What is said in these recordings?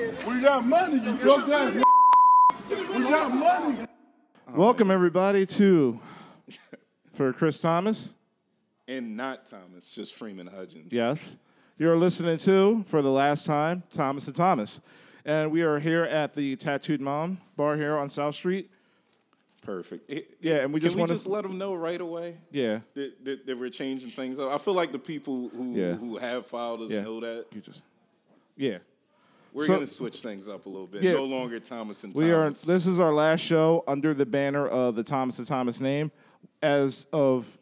We got money, you broke ass. We got money. Welcome everybody to for Chris Thomas. And not Thomas, just Freeman Hudgens. Yes, you're listening to for the last time Thomas and Thomas, and we are here at the Tattooed Mom Bar here on South Street. Perfect. It- Yeah, and we Can just we wanna- just let them know right away Yeah, that, that, that we're changing things up? I feel like the people who, Yeah. who have filed us Yeah. know that. you just yeah. We're So- going to switch things up a little bit. Yeah. No longer Thomas and We Thomas. are. This is our last show under the banner of the Thomas and Thomas name. As of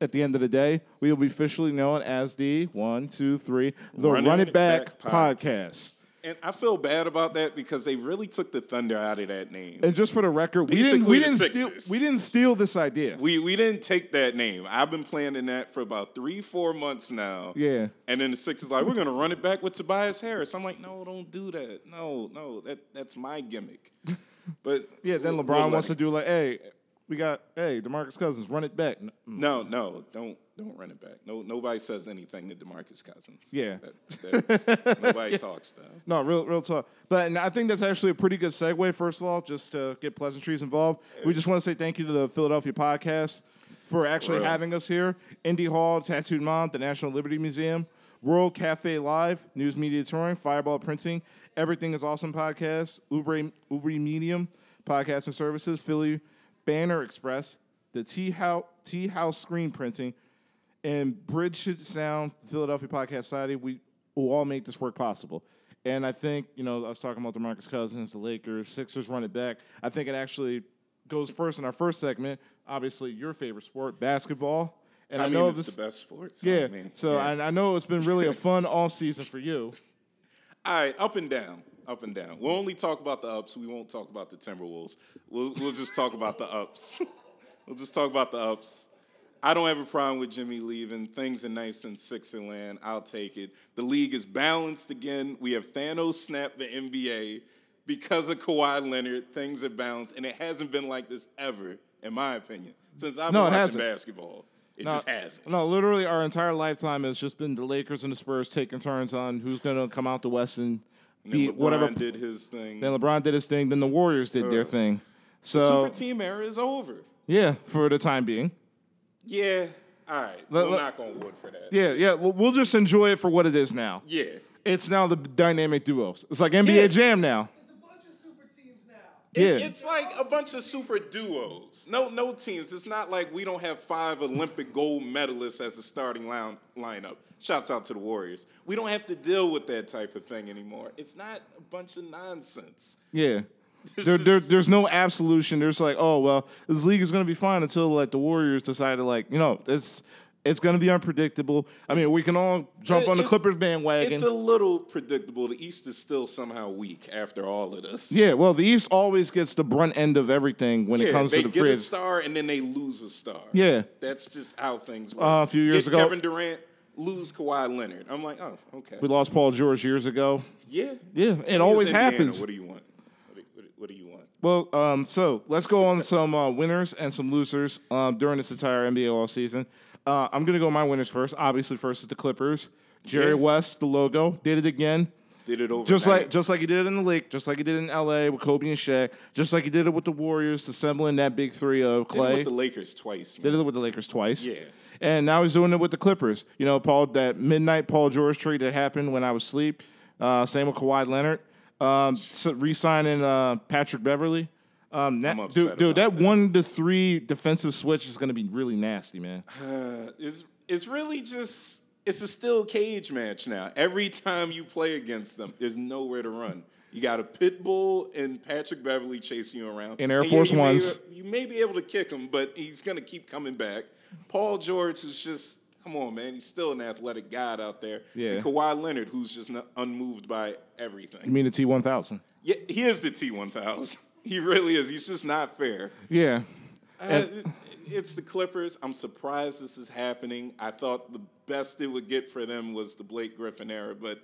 at the end of the day, we will be officially known as the one, two, three, the Run, Run It It Back, Back podcast. and I feel bad about that because they really took the thunder out of that name. And just for the record, we didn't Basically we the didn't steal, Sixers. we didn't steal this idea. We we didn't take that name. I've been planning that for about three, four months now. Yeah. And then the Sixers like, we're gonna run it back with Tobias Harris. I'm like, no, don't do that. No, no, that that's my gimmick. But yeah, then we'll- LeBron we'll let wants to it- do like, hey, we got hey, DeMarcus Cousins, run it back. N- mm. No, no, don't don't run it back. No, nobody says anything to Demarcus Cousins. Yeah. That- that's- nobody talks to him. No, real real talk. But and I think that's actually a pretty good segue. First of all, just to get pleasantries involved, we just want to say thank you to the Philadelphia podcast for actually real. having us here. Indie Hall, Tattooed Mom, the National Liberty Museum, World Cafe Live, News Media Touring, Fireball Printing, Everything Is Awesome podcast, Uber Uber Medium Podcast and Services, Philly Banner Express, the Tea House Tea House Screen Printing, and Bridge Sound Philadelphia Podcast Society, we will all make this work possible. And I think, you know, I was talking about DeMarcus Cousins, the Lakers, Sixers run it back. I think it actually goes first in our first segment. Obviously, your favorite sport, basketball. And I, I, mean, know it's this. the best sports. yeah. I mean, so yeah. I, I know it's been really a fun off season for you. All right, up and down, up and down. We'll only talk about the ups. We won't talk about the Timberwolves. We'll, we'll just talk about the ups. we'll just talk about the ups. I don't have a problem with Jimmy leaving. Things are nice in Sixer land. I'll take it. The league is balanced again. We have Thanos snap the NBA because of Kawhi Leonard. Things are balanced, and it hasn't been like this ever, in my opinion, since I've No, it been watching hasn't. basketball. It just hasn't. No, literally, our entire lifetime has just been the Lakers and the Spurs taking turns on who's going to come out the West and, And beat LeBron whatever. did his thing. Then LeBron did his thing. Then the Warriors did their thing. So Super team era is over. Yeah, for the time being. Yeah. All right. Let- we'll let- knock on wood for that. Yeah, yeah. We'll, we'll just enjoy it for what it is now. Yeah. It's now the dynamic duos. It's like NBA Yeah. Jam now. There's a bunch of super teams now. It- Yeah. it's like a bunch of super duos. No, no teams. It's not like we don't have five Olympic gold medalists as a starting line, lineup. Shouts out to the Warriors. We don't have to deal with that type of thing anymore. It's not a bunch of nonsense. Yeah. There, there, there's no absolution. There's like, oh well, this league is gonna be fine until like the Warriors decide to like, you know, it's it's gonna be unpredictable. I mean, we can all jump It- on the it- Clippers It's bandwagon. a little predictable. The East is still somehow weak after all of this. yeah, well, the East always gets the brunt end of everything when it Yeah, comes they to the get free a agent. star and then they lose a star. Yeah. that's just how things work. Uh, a few years get ago- Kevin Durant lose Kawhi Leonard. I'm like, oh, okay, We lost Paul George years ago. yeah, Yeah, it Here's always Indiana. happens. What do you want? What do, what do- what do you want? Well, um, so let's go on some uh, winners and some losers um, during this entire NBA all season. Uh, I'm gonna go my winners first. Obviously, first is the Clippers. Jerry Yeah. West, the logo, did it again. Did it overnight? Just like just like he did it in the league, just like he did in LA with Kobe and Shaq, just like he did it with the Warriors, assembling that big three of Did it Clay. with the Lakers twice. Did Man. it with the Lakers twice. Yeah. And now he's doing it with the Clippers. You know, Paul, that midnight Paul George trade that happened when I was asleep. Uh, same with Kawhi Leonard. Um, so re-signing uh, Patrick Beverly. Um, that, I'm upset dude, dude, that, about that. one to three defensive switch is going to be really nasty, man. It's it's really just it's a still cage match now. Every time you play against them, there's nowhere to run. You got a pit bull and Patrick Beverly chasing you around. And Air yeah, Force you may- Ones. you may be able to kick him, but he's going to keep coming back. Paul George is just, come on, man. He's still an athletic god out there. Yeah. And Kawhi Leonard, who's just not, unmoved by everything. I mean, the T one thousand. Yeah, he is the T1000. He really is. He's just not fair. Yeah. Uh, it- it's the Clippers. I'm surprised this is happening. I thought the best it would get for them was the Blake Griffin era, but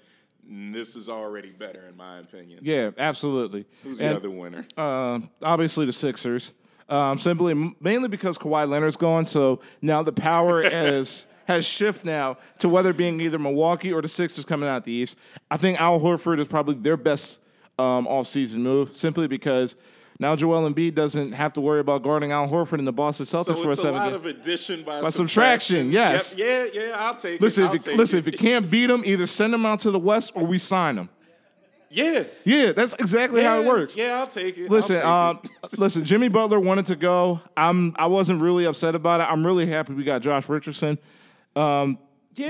this is already better in my opinion. Yeah, absolutely. Who's And- the other winner? um, obviously the Sixers. Um, simply, mainly because Kawhi Leonard's gone, so now the power is has shift now to whether being either Milwaukee or the Sixers coming out the East. I think Al Horford is probably their best um, offseason move simply because now Joel Embiid doesn't have to worry about guarding Al Horford and the Boston Celtics So for a it's a seven lot game. of addition by, By subtraction, subtraction. yes. Yep, yeah, yeah, I'll take Listen, it. I'll if you, take listen, it. if you can't beat them, either send them out to the West or we sign them. yeah, Yeah, that's exactly how it yeah, works. Yeah, I'll take it. I'll Listen, take um, it. listen. Jimmy Butler wanted to go. I'm. I wasn't really upset about it. I'm really happy we got Josh Richardson. yeah,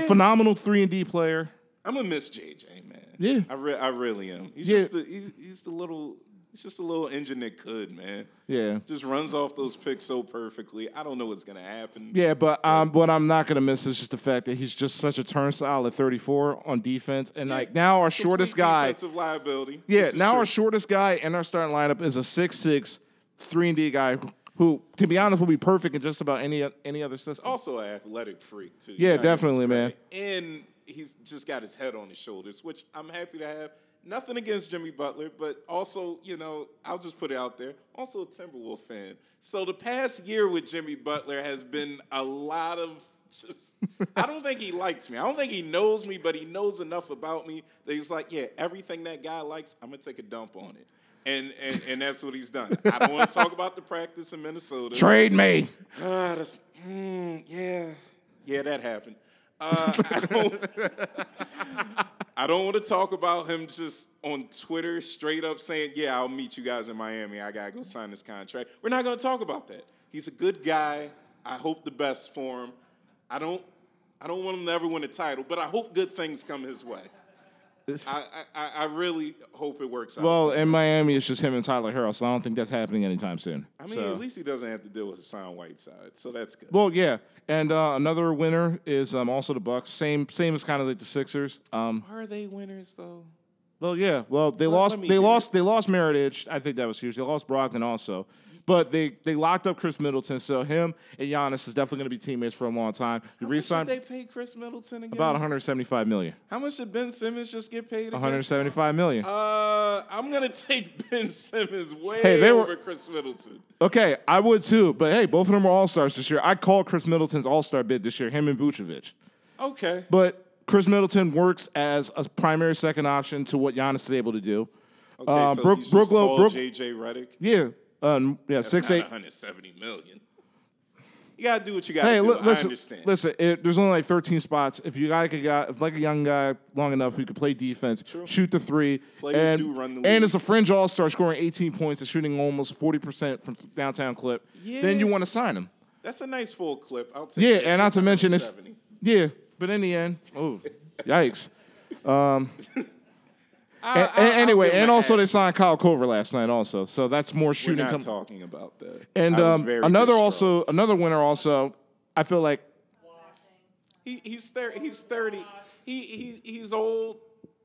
Phenomenal three and D player. I'm gonna miss JJ, man. Yeah. I, re- I really am. He's Yeah. just the he's, he's the little he's just a little engine that could, man. Yeah. Just runs off those picks so perfectly. I don't know what's gonna happen. Yeah, but um, what I'm not gonna miss is just the fact that he's just such a turnstile at 34 on defense, and like now our Complete shortest guy. Defensive liability. Yeah, This is now true. our shortest guy in our starting lineup is a 6'6", 3 and D guy who, to be honest, will be perfect in just about any any other system. also an athletic freak too. Not giving Yeah, us definitely, man. credit. And he's just got his head on his shoulders, which I'm happy to have. Nothing against Jimmy Butler, but also, you know, I'll just put it out there. Also a Timberwolf fan. So the past year with Jimmy Butler has been a lot of just I don't think he likes me. I don't think he knows me, but he knows enough about me that he's like, yeah, everything that guy likes, I'm gonna take a dump on it. And, and, and that's what he's done. I don't want to talk about the practice in Minnesota. Trade me. Ah, that's, mm, yeah, yeah, that happened. Uh, I don't, I don't want to talk about him just on Twitter straight up saying, "Yeah, I'll meet you guys in Miami. I gotta go sign this contract." We're not gonna talk about that. He's a good guy. I hope the best for him. I don't, I don't want him to ever win a title, but I hope good things come his way. I, I, I- I really hope it works out. Well, in Miami, it's just him and Tyler Harrell, so I don't think that's happening anytime soon. I mean, So- at least he doesn't have to deal with Hassan Whiteside, so that's good. Well, yeah, and uh, another winner is um, also the Bucks. Same, same as kind of like the Sixers. Um, Are they winners though? well, yeah, well they Well, lost, let me they hear lost, they lost Meredith. I think that was huge. They lost Brogdon also, but they they locked up Chris Middleton. So him and Giannis is definitely going to be teammates for a long time. How You much did re-signed they pay Chris Middleton again? about 175 million. How much did Ben Simmons just get paid again? 175 million. Uh, I'm gonna take Ben Simmons way Hey, they were- over Chris Middleton. Okay, I would too, but hey, both of them are all stars this year. I called Chris Middleton's all star bid this year, him and Vucevic. Okay, But Chris Middleton works as a primary second option to what Giannis is able to do. okay, um, so Brook- he's Brook just Lo- tall Brook- JJ Redick. Yeah, um, yeah, That's six not eight. 170 million. You gotta do what you gotta Hey, do. li- I listen, understand. listen. It, there's only like 13 spots. If you like a guy, if like a young guy, long enough, who could play defense, shoot the three, Players and, do run the league. and is a fringe all star, scoring 18 points and shooting almost 40 percent from th- downtown clip. Then you Yeah. want to sign him. That's a nice full clip. I'll take Yeah, it. and not to mention it's 170. yeah. But in the end, oh, yikes. I- And, I- I'll anyway, give him and an also they action. signed Kyle Culver last night. Also, so that's more We're shooting. not com- talking about that. and I was um, very another distraught. also another winner also. I feel like He, he's thir- he's thirty. He, he he's old,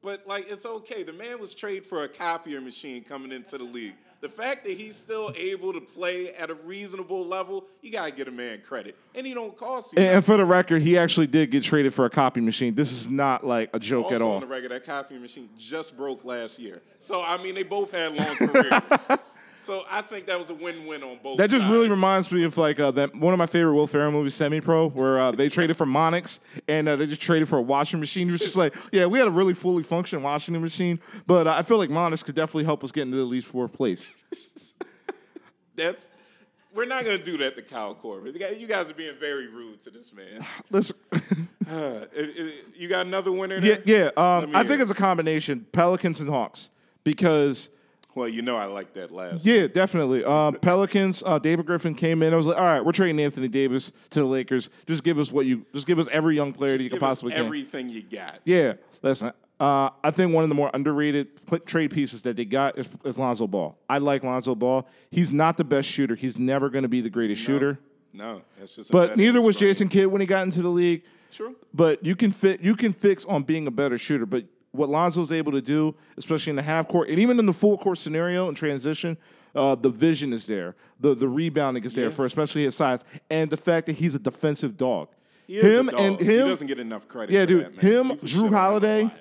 but like it's okay. The man was traded for a copier machine coming into the league. The fact that he's still able to play at a reasonable level, you gotta get a man credit, and he don't cost you. And, nothing. and for the record, he actually did get traded for a copy machine. This is not like a joke at Also on all. the record, that copy machine just broke last year. So I mean, they both had long careers. so I think that was a win-win on both. That just really sides. reminds me of like uh, that one of my favorite Will Ferrell movies, Semi Pro, where uh, they traded for Monix and uh, they just traded for a washing machine. It was just like, yeah, we had a really fully functioning washing machine, but uh, I feel like Monix could definitely help us get into at least fourth place. That's. We're not gonna do that to Kyle Corbin. You guys are being very rude to this man. Listen, Uh, it- it- you got another winner? yeah, there? yeah. Let Um, me I hear think it. it's a combination Pelicans and Hawks because. Well, you know I like that last. Yeah, definitely. Um, Pelicans. Uh, David Griffin came in. I was like, all right, we're trading Anthony Davis to the Lakers. Just give us what you. Just give us every young player that you Give could us possibly get. everything you got. Yeah, listen. Uh, I think one of the more underrated pl- trade pieces that they got is, is Lonzo Ball. I like Lonzo Ball. He's not the best shooter. He's never going to be the greatest shooter. No, that's just. a But better neither was experience. Jason Kidd when he got into the league. True. But you can fit. You can fix on being a better shooter. But what Lonzo's able to do, especially in the half court and even in the full court scenario and transition, uh, the vision is there. The the rebounding is there for especially his size and the fact that he's a defensive dog. He is him a dog. and he him. doesn't get enough credit. Yeah, for dude. That, man. Him, People shit on Drew a Holiday, lot.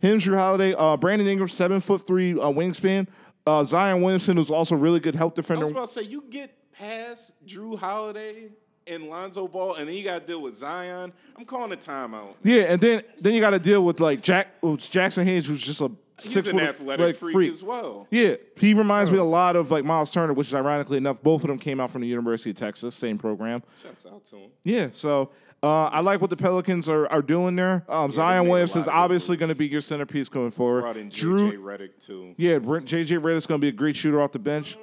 him, Drew Holiday, uh, Brandon Ingram, seven foot three uh, wingspan. Uh, Zion Williamson, who's also a really good help I defender. was about to say you get past Drew Holiday and Lonzo Ball, and then you got to deal with Zion. I'm calling a timeout. Yeah, and then then you got to deal with like Jack oh, it's Jackson Hayes, who's just a He's six an foot athletic like, freak as well. Yeah, he reminds me a lot of like Miles Turner, which is ironically enough, both of them came out from the University of Texas, same program. Shouts out to him. Yeah, so uh, I like what the Pelicans are, are doing there. Um, Zion made a Williams lot is of good obviously moves. going to be your centerpiece going Brought forward. in Drew, JJ Redick too. yeah, Br- JJ Redd is going to be a great shooter off the bench.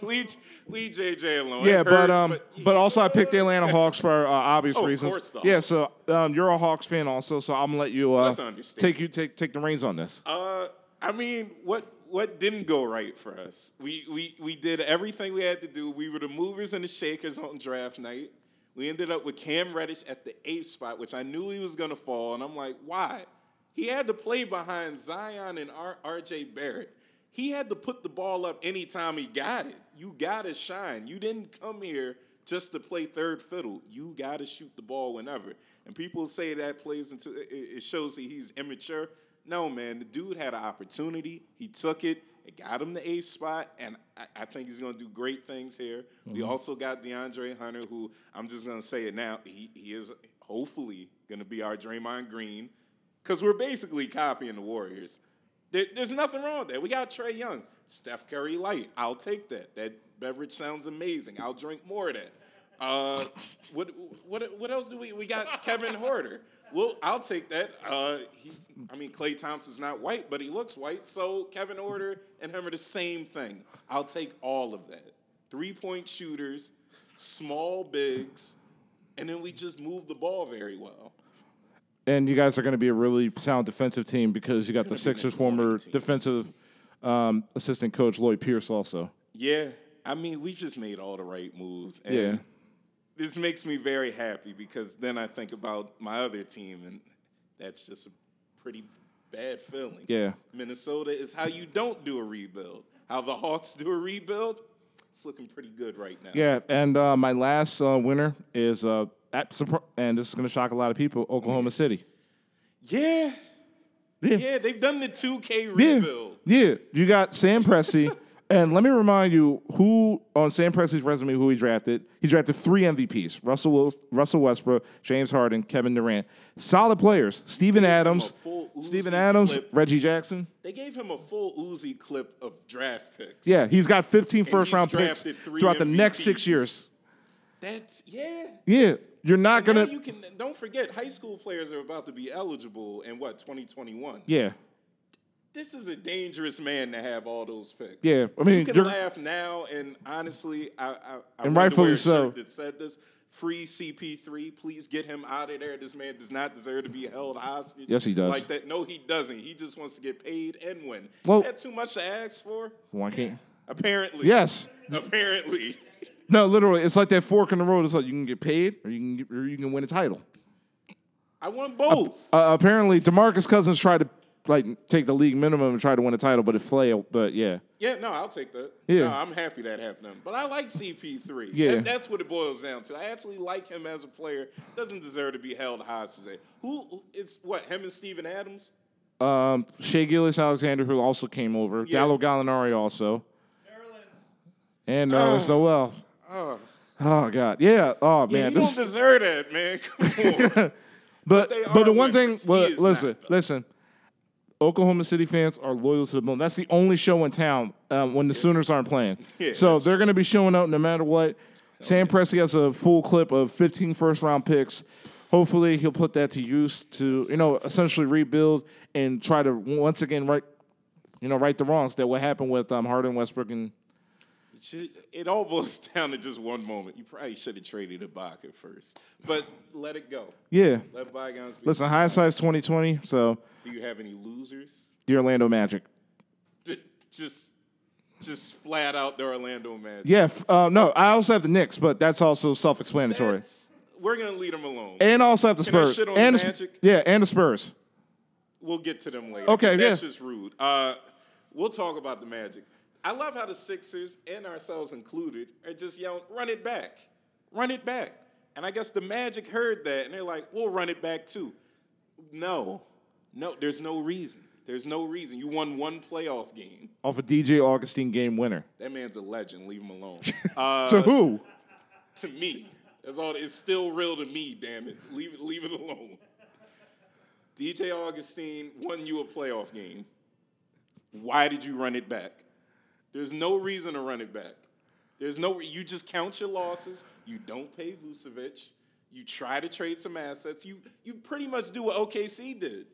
Leave, leave JJ alone. Yeah, It but hurt, um, but, also I picked the Atlanta Hawks for uh, obvious Oh, of reasons. course, though. Yeah, so um, you're a Hawks fan also, so I'm gonna let you uh, that's understandable. take you take take the reins on this. Uh, I mean, what what didn't go right for us? We we we did everything we had to do. We were the movers and the shakers on draft night. We ended up with Cam Reddish at the eighth spot, which I knew he was gonna fall, and I'm like, why? He had to play behind Zion and R- RJ Barrett. He had to put the ball up anytime he got it. You gotta shine. You didn't come here just to play third fiddle. You gotta shoot the ball whenever. And people say that plays into it- it shows that he's immature. No, man, the dude had an opportunity. He took it. It got him the eighth spot, and I, I think he's going to do great things here. We also got DeAndre Hunter, who I'm just going to say it now. He, he is hopefully going to be our Draymond Green because we're basically copying the Warriors. There, there's nothing wrong with that. We got Trey Young, Steph Curry light. I'll take that. That beverage sounds amazing. I'll drink more of that. Uh, what what what else do we we got? Kevin Horder. Well, I'll take that. Uh, he, I mean, Clay Thompson's not white, but he looks white. So Kevin Horder and him are the same thing. I'll take all of that. Three point shooters, small bigs, and then we just move the ball very well. And you guys are going to be a really sound defensive team because you got the Sixers' former defensive um, assistant coach Lloyd Pierce also. Yeah, I mean, we just made all the right moves. And Yeah. This makes me very happy because then I think about my other team, and that's just a pretty bad feeling. Yeah. Minnesota is how you don't do a rebuild. How the Hawks do a rebuild, it's looking pretty good right now. Yeah, and uh, my last uh, winner is uh, at, surpri- and this is going to shock a lot of people. Oklahoma City. Yeah. Yeah. Yeah, they've done the 2K Yeah, rebuild. yeah. You got Sam Presti, and let me remind you who on Sam Presti's resume who he drafted. He drafted three MVPs: Russell Wil- Russell Westbrook, James Harden, Kevin Durant. Solid players: Steven Gave him a Adams, full Uzi Steven Adams, clip. Reggie Jackson. They gave him a full Uzi clip of draft picks. Yeah, he's got 15 first he's round picks drafted three throughout the next six MVPs. years. That's, yeah. Yeah, you're not Now gonna. you can don't forget high school players are about to be eligible in what 2021. yeah, This is a dangerous man to have all those picks. Yeah, I mean, you can you're- laugh now, and honestly, I, I, I And wanted to wear a rightfully shirt so. That said this. Free CP3, please get him out of there. This man does not deserve to be held hostage. Yes, he does. Like that. No, he doesn't. He just wants to get paid and win. Well- Is that too much to ask for? why can't? Apparently. Yes. Apparently. No, literally, it's like that fork in the road. It's like you can get paid, or you can get, or you can win a title. I want both. Uh, apparently, Demarcus Cousins tried to like take the league minimum and try to win a title, but it failed. But yeah, Yeah, no, I'll take that. Yeah. No, I'm happy that happened. But I like CP3. Yeah. That- that's what it boils down to. I actually like him as a player. Doesn't deserve to be held hostage. Who, who it's what, him and Steven Adams? um, Shea Gillis Alexander, who also came over, Yeah. Gallo Gallinari also, and Nerlens Noel. Oh God, yeah. Yeah, Oh man, you this, don't deserve that, man. Come on. but they but the are one thing, winners. well, He is listen, not, though. listen. Oklahoma City fans are loyal to the bone. That's the only show in town um, when the Sooners aren't playing. Yeah, so that's they're going to be showing up no matter what. Sam Presti has a full clip of 15 first round picks. Hopefully, he'll put that to use to you know essentially rebuild and try to once again right you know right the wrongs that what happened with um, Harden, Westbrook, and Ju- it all boils down to just one moment. You probably should have traded Ibaka first. But let it go. yeah. Let bygones be. Listen, hindsight's 2020. So Do you have any losers? the Orlando Magic. Just just flat out the Orlando Magic. Yeah, f- uh, no, I also have the Knicks, but that's also self-explanatory. That's- We're going to leave them alone. and also have the Can I Spurs. shit on and the the Sp- Magic? yeah, and the Spurs. We'll get to them later. Okay, that's yeah. just rude. Uh, we'll talk about the Magic. I love how the Sixers and ourselves included are just yelling, "Run it back, run it back!" And I guess the Magic heard that and they're like, "We'll run it back too." No, no, there's no reason. There's no reason. You won one playoff game. Off a DJ Augustine game winner. That man's a legend. Leave him alone. Uh, to who? to me, that's all. It's still real to me. Damn it. Leave it. Leave it alone. DJ Augustine won you a playoff game. Why did you run it back? There's no reason to run it back. There's no you just count your losses. You don't pay Vucevic. You try to trade some assets. You you pretty much do what OKC did.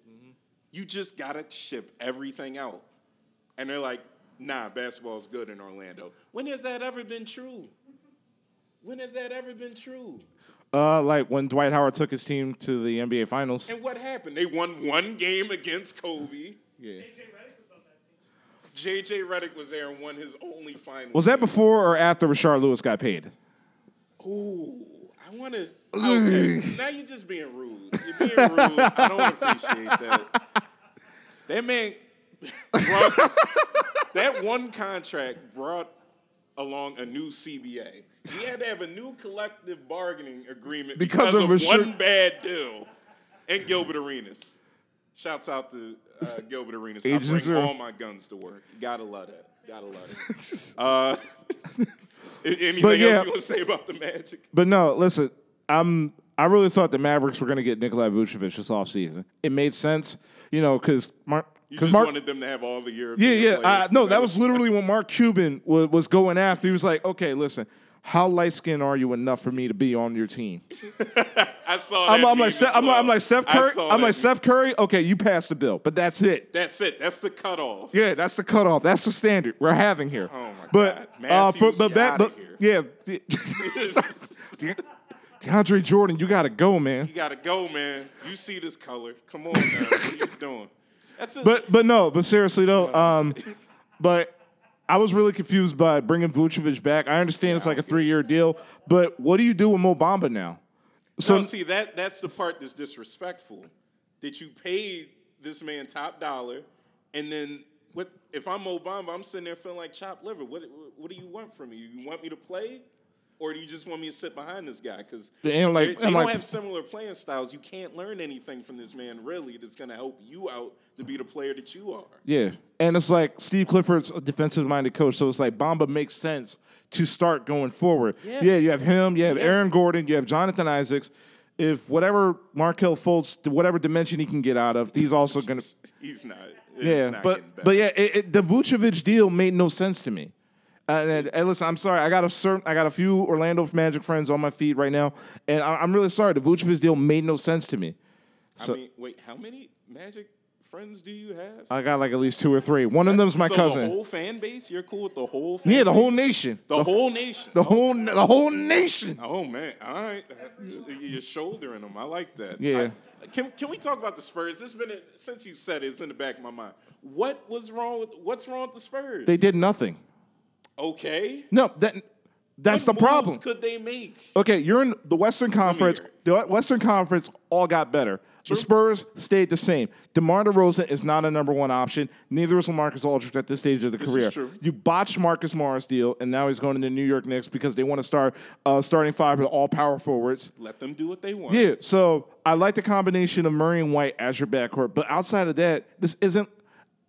You just gotta ship everything out. And they're like, nah, basketball's good in Orlando. When has that ever been true? When has that ever been true? Uh, like when Dwight Howard took his team to the NBA Finals. And what happened? They won one game against Kobe. Yeah. JJ Redick was there and won his only final. Was that game. before or after Rashard Lewis got paid? Ooh, I want to. Okay, now you're just being rude. You're being rude. I don't appreciate that. That man brought that one contract brought along a new CBA. He had to have a new collective bargaining agreement Because because, of of, Rasheed- one bad deal. And Gilbert Arenas. Shouts out to uh, Gilbert Arenas. I Agents bring are- all my guns to work. Gotta love that. Gotta love it. Uh, anything yeah. else you want to say about the Magic? But no, listen, I'm I really thought the Mavericks were going to get Nikolai Vucevic this offseason. It made sense, you know, because Mark. You 'cause just Mark, wanted them to have all the yeah, European yeah. players. I, no, Is that what- was literally when Mark Cuban was, was going after. He was like, okay, listen, how light skinned are you enough for me to be on your team? I saw that. I'm, I'm meme like, as Ste- I'm, like- well. I'm like Steph I Curry. saw I'm that like meme. Steph Curry. Okay, you passed the bill, but that's it. That's it. That's the cutoff. Yeah, that's the cutoff. That's the standard we're having here. Oh my but, God. Uh, for, Matthews, but get back, outta but yeah, De- DeAndre Jordan, you gotta go, man. you gotta go, man. You see this color? Come on, now. what are you doing? That's a, But but no, but seriously though, um, but I was really confused by bringing Vucevic back. I understand it's like a three year deal, but what do you do with Mo Bamba now? so So see that that's the part that's disrespectful. That you paid this man top dollar, and then what? If I'm Obama, I'm sitting there feeling like chopped liver. What What do you want from me? You want me to play, or do you just want me to sit behind this guy? Because And like- they, they and don't like- have similar playing styles. You can't learn anything from this man really that's going to help you out to be the player that you are. yeah, and it's like Steve Clifford's a defensive minded coach, so it's like Bamba makes sense to start going forward. Yeah, Yeah. you have him, you have Yeah. Aaron Gordon, you have Jonathan Isaacs. If whatever Markel Fultz, whatever dimension he can get out of, he's also gonna. He's not. it's not Yeah, getting but better. but yeah, it, it, the Vucevic deal made no sense to me. Uh, and, and listen, I'm sorry. I got a certain, I got a few Orlando Magic friends on my feed right now, and I, I'm really sorry. The Vucevic deal made no sense to me. I mean, wait, how many Magic friends do you have? I got like at least two or three. One of them's my so The cousin. whole fan base? You're cool with the whole fan Yeah, the whole base? nation. The whole nation. The whole the whole nation. Oh man, all right. You're shouldering them. I like that. Yeah. I- can can we talk about the Spurs? It's been a, since you said it, it's in the back of my mind. What was wrong with what's wrong with the Spurs? They did nothing. okay. No, that that's What the problem. moves Could they make? Okay, you're in the Western Conference. here. The Western Conference all got better. The Spurs stayed the same. DeMar DeRozan is not a number one option. Neither is LaMarcus Aldridge at this stage of the is career. true. You botched Marcus Morris deal, and now he's going to the New York Knicks because they want to start uh, starting five with all power forwards. Let them do what they want. Yeah, so I like the combination of Murray and White as your backcourt, but outside of that, this isn't.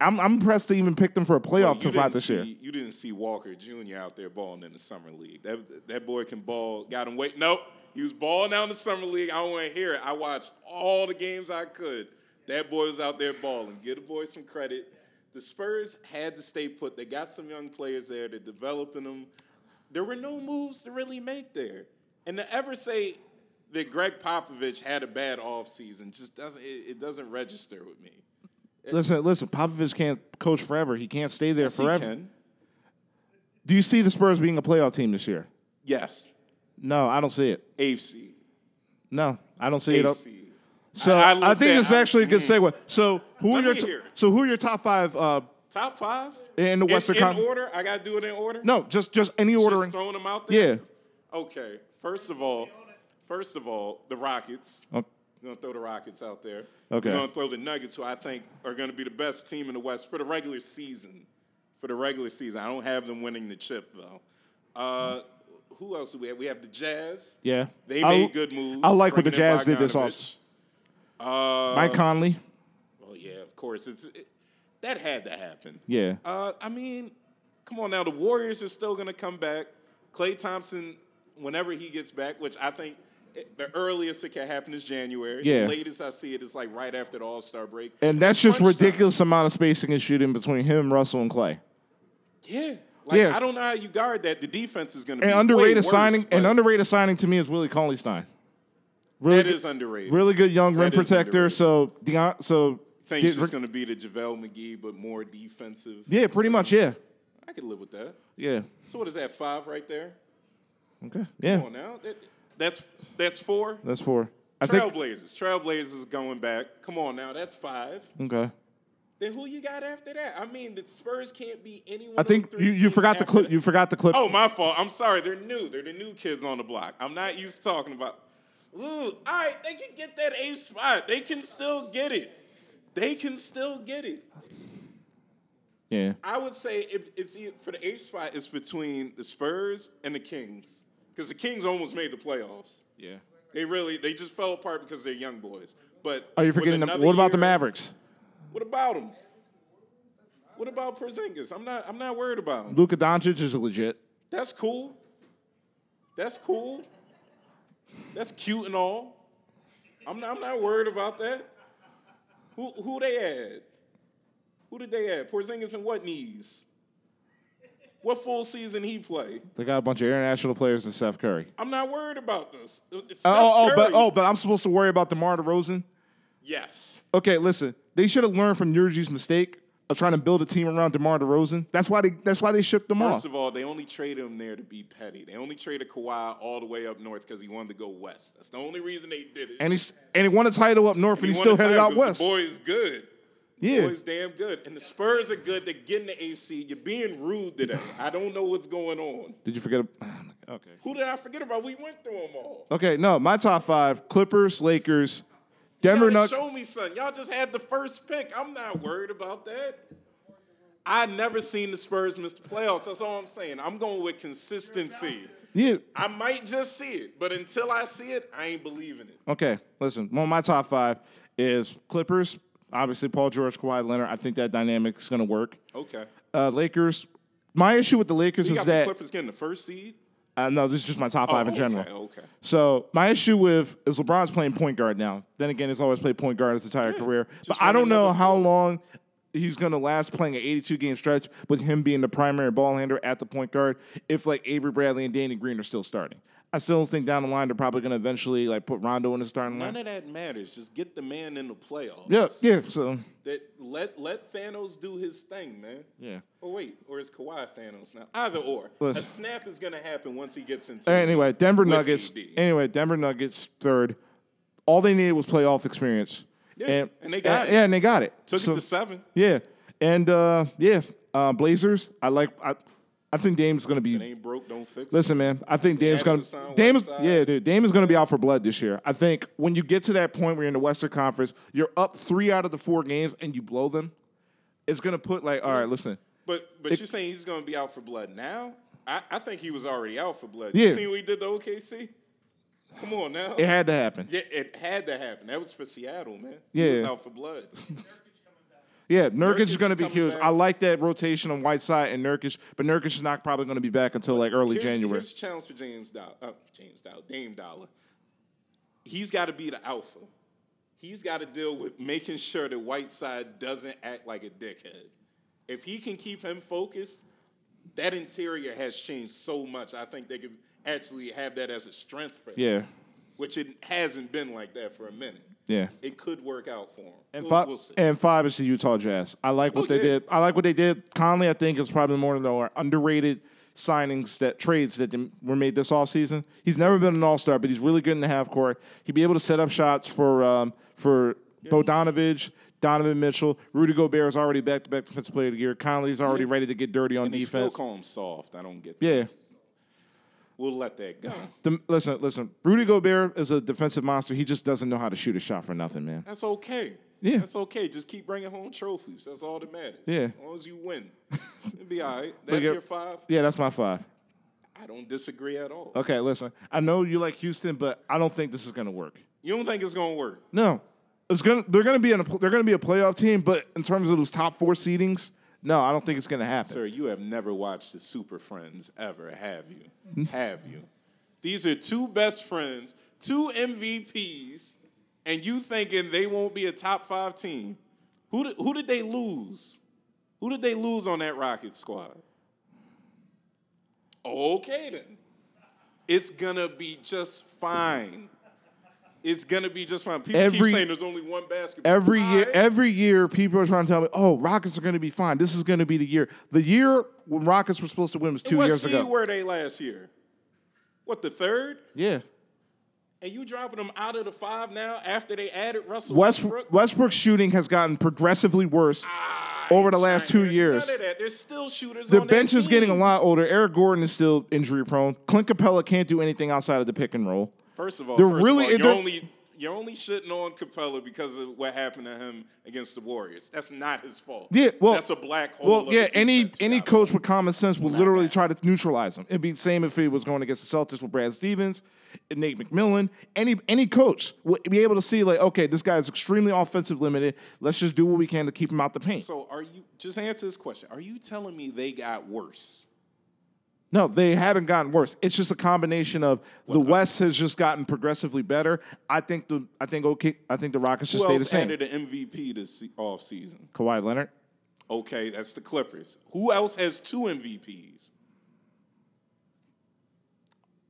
I'm, I'm impressed to even pick them for a Well, playoff you spot didn't this see, year. You didn't see Walker Jr. out there balling in the summer league. That that boy can ball. Got him. Wait, nope. He was balling out in the summer league. I don't want to hear it. I watched all the games I could. That boy was out there balling. Give the boy some credit. The Spurs had to stay put. They got some young players there. They're developing them. There were no moves to really make there. And to ever say that Greg Popovich had a bad offseason just doesn't it, it doesn't register with me. Listen, listen, Popovich can't coach forever. He can't stay there He forever. can. Do you see the Spurs being a playoff team this year? Yes. No, I don't see it. AFC. No, I don't see it. Up. AFC. So I- I I, looked think at- Mm. it's actually a good segue. So who are Let your me t- hear it. so who are your top five? Uh, Top five In the Western In, Con- order, I gotta do it in order. no, just just any just ordering. throwing them out there. Yeah. Okay. First of all, first of all, the Rockets. Oh, We're gonna throw the Rockets out there. Okay. We're gonna throw the Nuggets, who I think are gonna be the best team in the West for the regular season. For the regular season, I don't have them winning the chip though. Uh, who else do we have? We have the Jazz. Yeah. They I- made good moves. I like what the bringing in Jazz did this Bogdanovich. Uh, Mike Conley. well, yeah, of course. It's it, that had to happen. Yeah. Uh, I mean, come on now. The Warriors are still going to come back. Clay Thompson, whenever he gets back, which I think it- the earliest it can happen is January. Yeah. The latest I see it is like right after the All Star break. And that's just Crunch time. ridiculous amount of spacing and shooting between him, Russell, and Clay. Yeah. Like Yeah. I don't know how you guard that. The defense is going to be And way underrated worse, signing. but And underrated signing to me is Willie Cauley Stein. Really, that good- is underrated. really good young rim That is protector. underrated. So Deion, so Think it's get- going to be the JaVale McGee, but more defensive. yeah, pretty much. Yeah, I could live with that. yeah. So what is that? Five right there. Okay, yeah. Come on now. That, that's that's four. That's four. I think. Trailblazers. Trailblazers is going back. Come on now. That's five. Okay. Then who you got after that? I mean, the Spurs can't be anyone. I think on you, you 13 forgot the after clip. that. You forgot the clip. Oh, my fault. I'm sorry. They're new. They're the new kids on the block. I'm not used to talking about. Ooh, all right. They can get that A spot. They can still get it. They can still get it. Yeah. I would say if it's e- for the eighth spot, it's between the Spurs and the Kings because the Kings almost made the playoffs. Yeah. They really they just fell apart because they're young boys. But Are you with Oh, forgetting them? another What about the year- Mavericks? What about them? What about Porzingis? I'm not I'm not worried about him. Luka Doncic is legit. That's cool. That's cool. That's cute and all. I'm not, I'm not worried about that. Who who they had? Who did they add? Porzingis and what knees? What full season he play? They got a bunch of international players and Steph Curry. I'm not worried about this. It's Steph oh, oh, but Curry. oh, but I'm supposed to worry about DeMar DeRozan. yes. Okay, listen. They should have learned from Nurkić's mistake of trying to build a team around DeMar DeRozan. That's why they. That's why they shipped them First off. of all, they only traded him there to be petty. They only traded Kawhi all the way up north because he wanted to go west. That's the only reason they did it. and he's and he won a title up north, and, he won still the headed title out 'cause west. The boy is good. Yeah. The boy is damn good. And the Spurs are good. They're getting the AC. You're being rude today. I don't know what's going on. Did you forget? a- oh my God, Okay. Who did I forget about? We went through them all. Okay. No, my top five: Clippers, Lakers, Denver Y'all Nuggets. show me something. Y'all just had the first pick. I'm not worried about that. I never seen the Spurs miss the playoffs. That's all I'm saying. I'm going with consistency. Yeah. I might just see it, but until I see it, I ain't believing it. Okay. Listen, one of my top five is Clippers. Obviously, Paul George, Kawhi Leonard. I think that dynamic's going to work. Okay. Uh, Lakers. My issue with the Lakers You is got the that Clippers getting the first seed. uh, no, this is just my top five in general. Oh, Okay. okay. So my issue with is LeBron's playing point guard now. Then again, he's always played point guard his entire career. But just I run don't know another how long he's going to last playing an 82 game stretch with him being the primary ball handler at the point guard. If like Avery Bradley and Danny Green are still starting, I still think down the line they're probably going to eventually like put Rondo in the starting None line. of that matters. Just get the man in the playoffs. Yeah, yeah. So That let let Thanos do his thing, man. Yeah. Or wait, or is Kawhi Thanos now? Either or. Listen. A snap is gonna happen once he gets into. it. anyway, Denver With Nuggets. AD. Anyway, Denver Nuggets third. All they needed was playoff experience. Yeah, and they got it. Yeah, and they got it. Took So- it to seven. Yeah, and uh, yeah, uh, Blazers. I like. I, I think Dame's gonna It be. ain't broke, don't fix it. Listen, man. I think Dame's added gonna. the sign Dame is, Whiteside. yeah, dude. Dame is gonna be out for blood this year. I think when you get to that point where you're in the Western Conference, you're up three out of the four games and you blow them. It's gonna put like, all right, listen. But but you're saying he's gonna be out for blood now? I, I think he was already out for blood. Yeah. You seen what he did to OKC? Come on now. It had to happen. yeah, it had to happen. That was for Seattle, man. He was Yeah. out for blood. Yeah, Nurkic, is is going to be coming huge. back. I like that rotation on Whiteside and Nurkic, but Nurkic is not probably going to be back until like early Here's- January. Here's a challenge for James Dow, uh, James Dow, Dame Dollar. He's got to be the alpha. He's got to deal with making sure that Whiteside doesn't act like a dickhead. If he can keep him focused, that interior has changed so much. I think they could actually have that as a strength for him, Yeah, which it hasn't been like that for a minute. yeah. It could work out for him. And we'll, five, we'll see. and five is the Utah Jazz. I like what Oh, they yeah. did. I like what they did. Conley, I think, is probably one of the underrated signings that trades that they- were made this offseason. He's never been an All Star, but he's really good in the half court. He'd be able to set up shots for um, for Bogdanovich, Donovan Mitchell, Rudy Gobert is already back to back defensive player of the year. Conley's already ready to get dirty on and they still defense. call him soft. I don't get that. yeah. We'll let that go. The, listen, listen. Rudy Gobert is a defensive monster. He just doesn't know how to shoot a shot for nothing, man. That's okay. Yeah. That's okay. Just keep bringing home trophies. That's all that matters. Yeah. As long as you win, it'll be all right. That's at- your five. Yeah, that's my five. I don't disagree at all. Okay, listen. I know you like Houston, but I don't think this is gonna work. You don't think it's going to work? No, it's gonna. They're gonna be in a. pl- They're gonna be a playoff team, but in terms of those top four seedings, no, I don't think it's gonna happen. Sir, you have never watched the Super Friends ever, have you? have you? These are two best friends two MVPs, and you thinking they won't be a top five team. Who did, who did they lose? Who did they lose on that Rocket squad? Okay then. It's gonna be just fine. It's gonna be just fine. People Every- keep saying there's only one basketball. Every All year, right. every year, people are trying to tell me, "Oh, Rockets are going to be fine. This is going to be the year." The year when Rockets were supposed to win was two what years seed ago. were they last year? What the third? yeah, And you dropping them out of the five now after they added Russell West Westbrook? Westbrook's shooting has gotten progressively worse Ah, over the last two years. None of that. There's still shooters. Their on that bench is team. getting a lot older. Eric Gordon is still injury prone. Clint Capella can't do anything outside of the pick and roll. First of all, They're first of really- all, you're they're- only you're only shitting on Capella because of what happened to him against the Warriors. That's not his fault. Yeah, well, that's a black hole. Well, of yeah, a any defense any guy. coach with common sense will literally try to neutralize him. It'd be the same if he was going against the Celtics with Brad Stevens, and Nate McMillan. Any any coach would be able to see like, okay, this guy is extremely offensive limited. Let's just do what we can to keep him out the paint. So are you just answer this question? Are you telling me they got worse? No, they haven't gotten worse. It's just a combination of the West has just gotten progressively better. I think the I think okay, I think the Rockets should Who stay the else same. added an MVP this se- off season? Kawhi Leonard. Okay, that's the Clippers. Who else has two MVPs?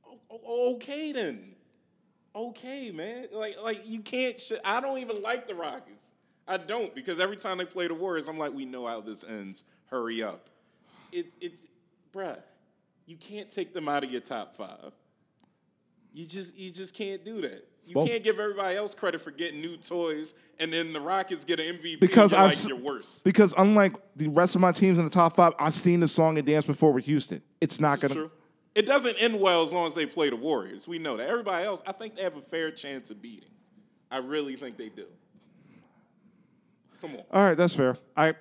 O- o- Okay then. Okay, man. Like like you can't sh- I don't even like the Rockets. I don't because every time they play the Warriors, I'm like we know how this ends. Hurry up. It it bruh, you can't take them out of your top 5. You just you just can't do that. You Well- can't give everybody else credit for getting new toys and then the Rockets get an MVP Because because I've and s- you're like you're worse. Because unlike the rest of my teams in the top five, I've seen the song and dance before with Houston. It's not gonna. True. It doesn't end well as long as they play the Warriors. We know that. Everybody else, I think they have a fair chance of beating. I really think they do. Come on. All right, that's fair. I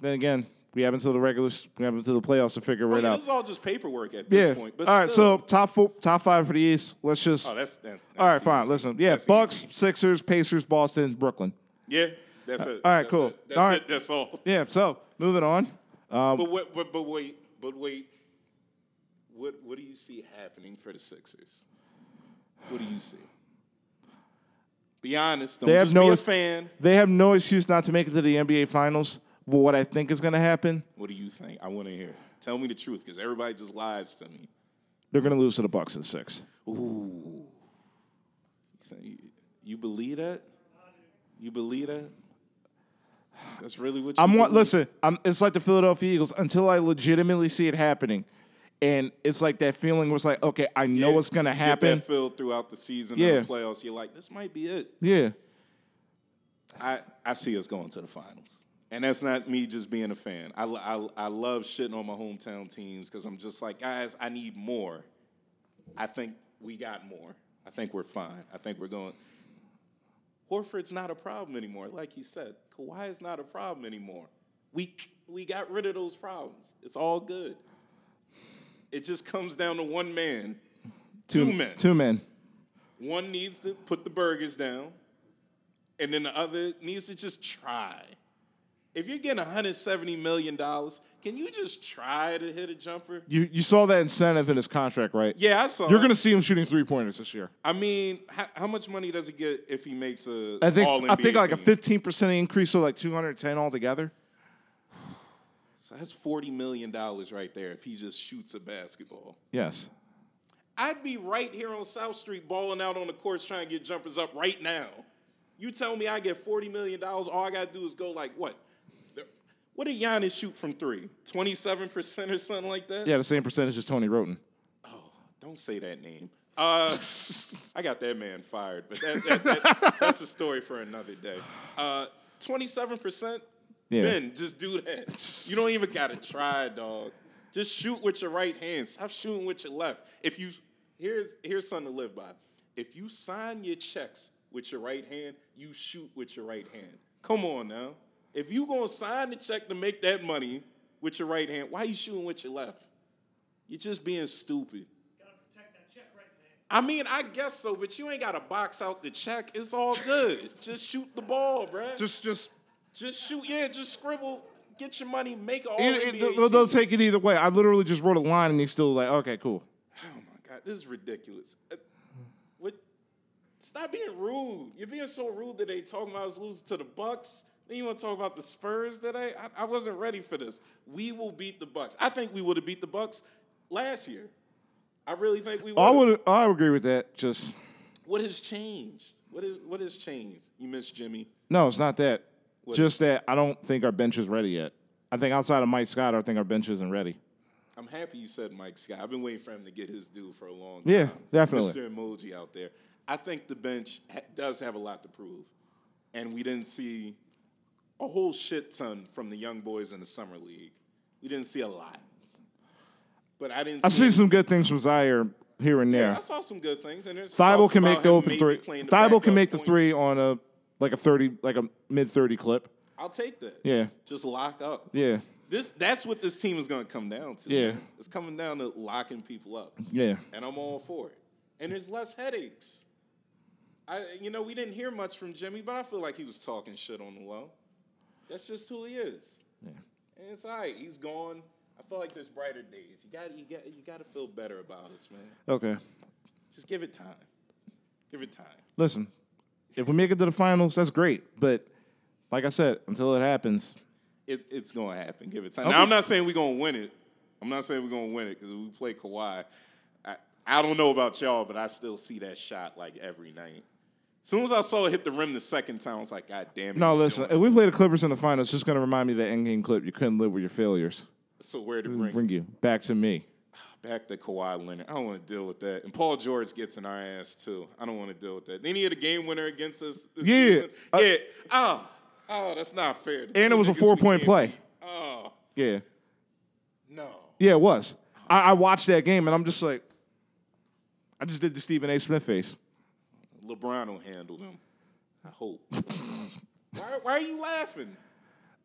then again, we have until the regular, s- we have until the playoffs to figure it Yeah, out. this is all just paperwork at this Yeah. point. But all right, still. so top four, top five for the East. Let's just. Oh, that's, that's, that's all right, fine. easy. Listen, yeah, That's easy. Bucks, Sixers, Pacers, Boston, Brooklyn. Yeah, that's it. Uh, all right, That's cool. it. That's All it. right. Um, That's all. Yeah. So moving on. but, wait, but, but wait, but wait. What what do you see happening for the Sixers? What do you see? Be honest. Don't They have just no be a ex- fan. They have no excuse not to make it to the NBA Finals. But what I think is going to happen, What do you think? I want to hear. it. Tell me the truth, because everybody just lies to me. they're going to lose to the Bucks in six. Ooh. You think- You believe that? You believe that? That's really what you I'm believe? want. Listen, I'm, it's like the Philadelphia Eagles until I legitimately see it happening, and it's like that feeling was like, okay, I know what's going to You get happen. that feel throughout the season Yeah. and the playoffs. You're like, this might be it. Yeah. I, I see us going to the finals. And that's not me just being a fan. I, lo- I, I love shitting on my hometown teams because I'm just like, guys, I need more. I think we got more. I think we're fine. I think we're going. Horford's not a problem anymore. Like you said, Kawhi is not a problem anymore. We, we got rid of those problems. It's all good. It just comes down to one man. Two men. Two men. One needs to put the burgers down, and then the other needs to just try. If you're getting 170 million dollars, can you just try to hit a jumper? You you saw that incentive in his contract, right? Yeah, I saw. You're it. gonna see him shooting three pointers this year. I mean, how, how much money does he get if he makes a? I think All-NBA I think like a team? 15 percent increase, so like 210 altogether. So that's 40 million dollars right there if he just shoots a basketball. Yes. I'd be right here on South Street balling out on the courts trying to get jumpers up right now. You tell me I get $40 million, all I gotta do is go like what? What did Giannis shoot from three? 27% or something like that? Yeah, the same percentage as Tony Roten. Don't say that name. Uh, I got that man fired, but that, that, that, that's a story for another day. Uh, 27%? Yeah. Ben, just do that. You don't even gotta try, dog. Just shoot with your right hand. Stop shooting with your left. If you here's here's something to live by. If you sign your checks with your right hand, you shoot with your right hand. Come on now. If you gonna sign the check to make that money with your right hand, why you shooting with your left? You're just being stupid. Gotta protect that check right I man. mean, I guess so, but you ain't got to box out the check. It's all good. just shoot the ball, bruh. Just, Just just shoot. Yeah, just scribble. Get your money. Make an all NBA it, it, they'll, they'll take it either way. I literally just wrote a line and he's still like, okay, cool. Oh my god, this is ridiculous. Uh, What? Stop being rude. You're being so rude that they talking about us losing to the Bucks. Then you want to talk about the Spurs today? I, I wasn't ready for this. We will beat the Bucks. I think we would have beat the Bucks last year. I really think we would. Oh, I would I would agree with that. Just What has changed? What is what has changed? You miss Jimmy. no, it's not that. Just that I don't think our bench is ready yet. I think outside of Mike Scott, I think our bench isn't ready. I'm happy you said Mike Scott. I've been waiting for him to get his due for a long time. Yeah, definitely. Mr. Emoji out there. I think the bench ha- does have a lot to prove, and we didn't see a whole shit ton from the young boys in the summer league. We didn't see a lot, but I didn't. I see any- some good things from Zaire here and there. I saw some good things, and there's Thibault talks can about make the him open maybe three. playing the Thibault backup can make the point. three on a like a thirty, like a mid thirty clip. I'll take that. Yeah. just lock up. Yeah, This that's what this team is going to come down to. Yeah. man. it's coming down to locking people up. yeah. and I'm all for it. And there's less headaches. I, you know, we didn't hear much from Jimmy, but I feel like he was talking shit on the low. That's just who he is. And it's all right. He's gone. I feel like there's brighter days. You got, you got, you got to feel better about us, man. Okay, Just give it time. Give it time. listen. If we make it to the finals, that's great. But like I said, until it happens, It, it's gonna happen. Give it time. Okay. Now I'm not saying we're gonna win it. I'm not saying we're gonna win it because we play Kawhi. I, I don't know about y'all, but I still see that shot like every night. As soon as I saw it hit the rim the second time, I was like, God damn it. no. he's Listen, doing if we play the Clippers in the finals, it's just gonna remind me of that endgame clip. You couldn't live with your failures. it." So where to Mm, Bring, bring, you back to me. back to Kawhi Leonard? I don't want to deal with that. And Paul George gets in our ass too. I don't want to deal with that. Then he had a game winner against us. this Yeah. season. Uh, yeah. Oh, oh, that's not fair. The And it two was a niggas we four point can't- play. Oh Yeah, no. yeah, it was. I, I watched that game and I'm just like, I just did the Stephen A. Smith face. LeBron will handle them. I hope. why, why are you laughing?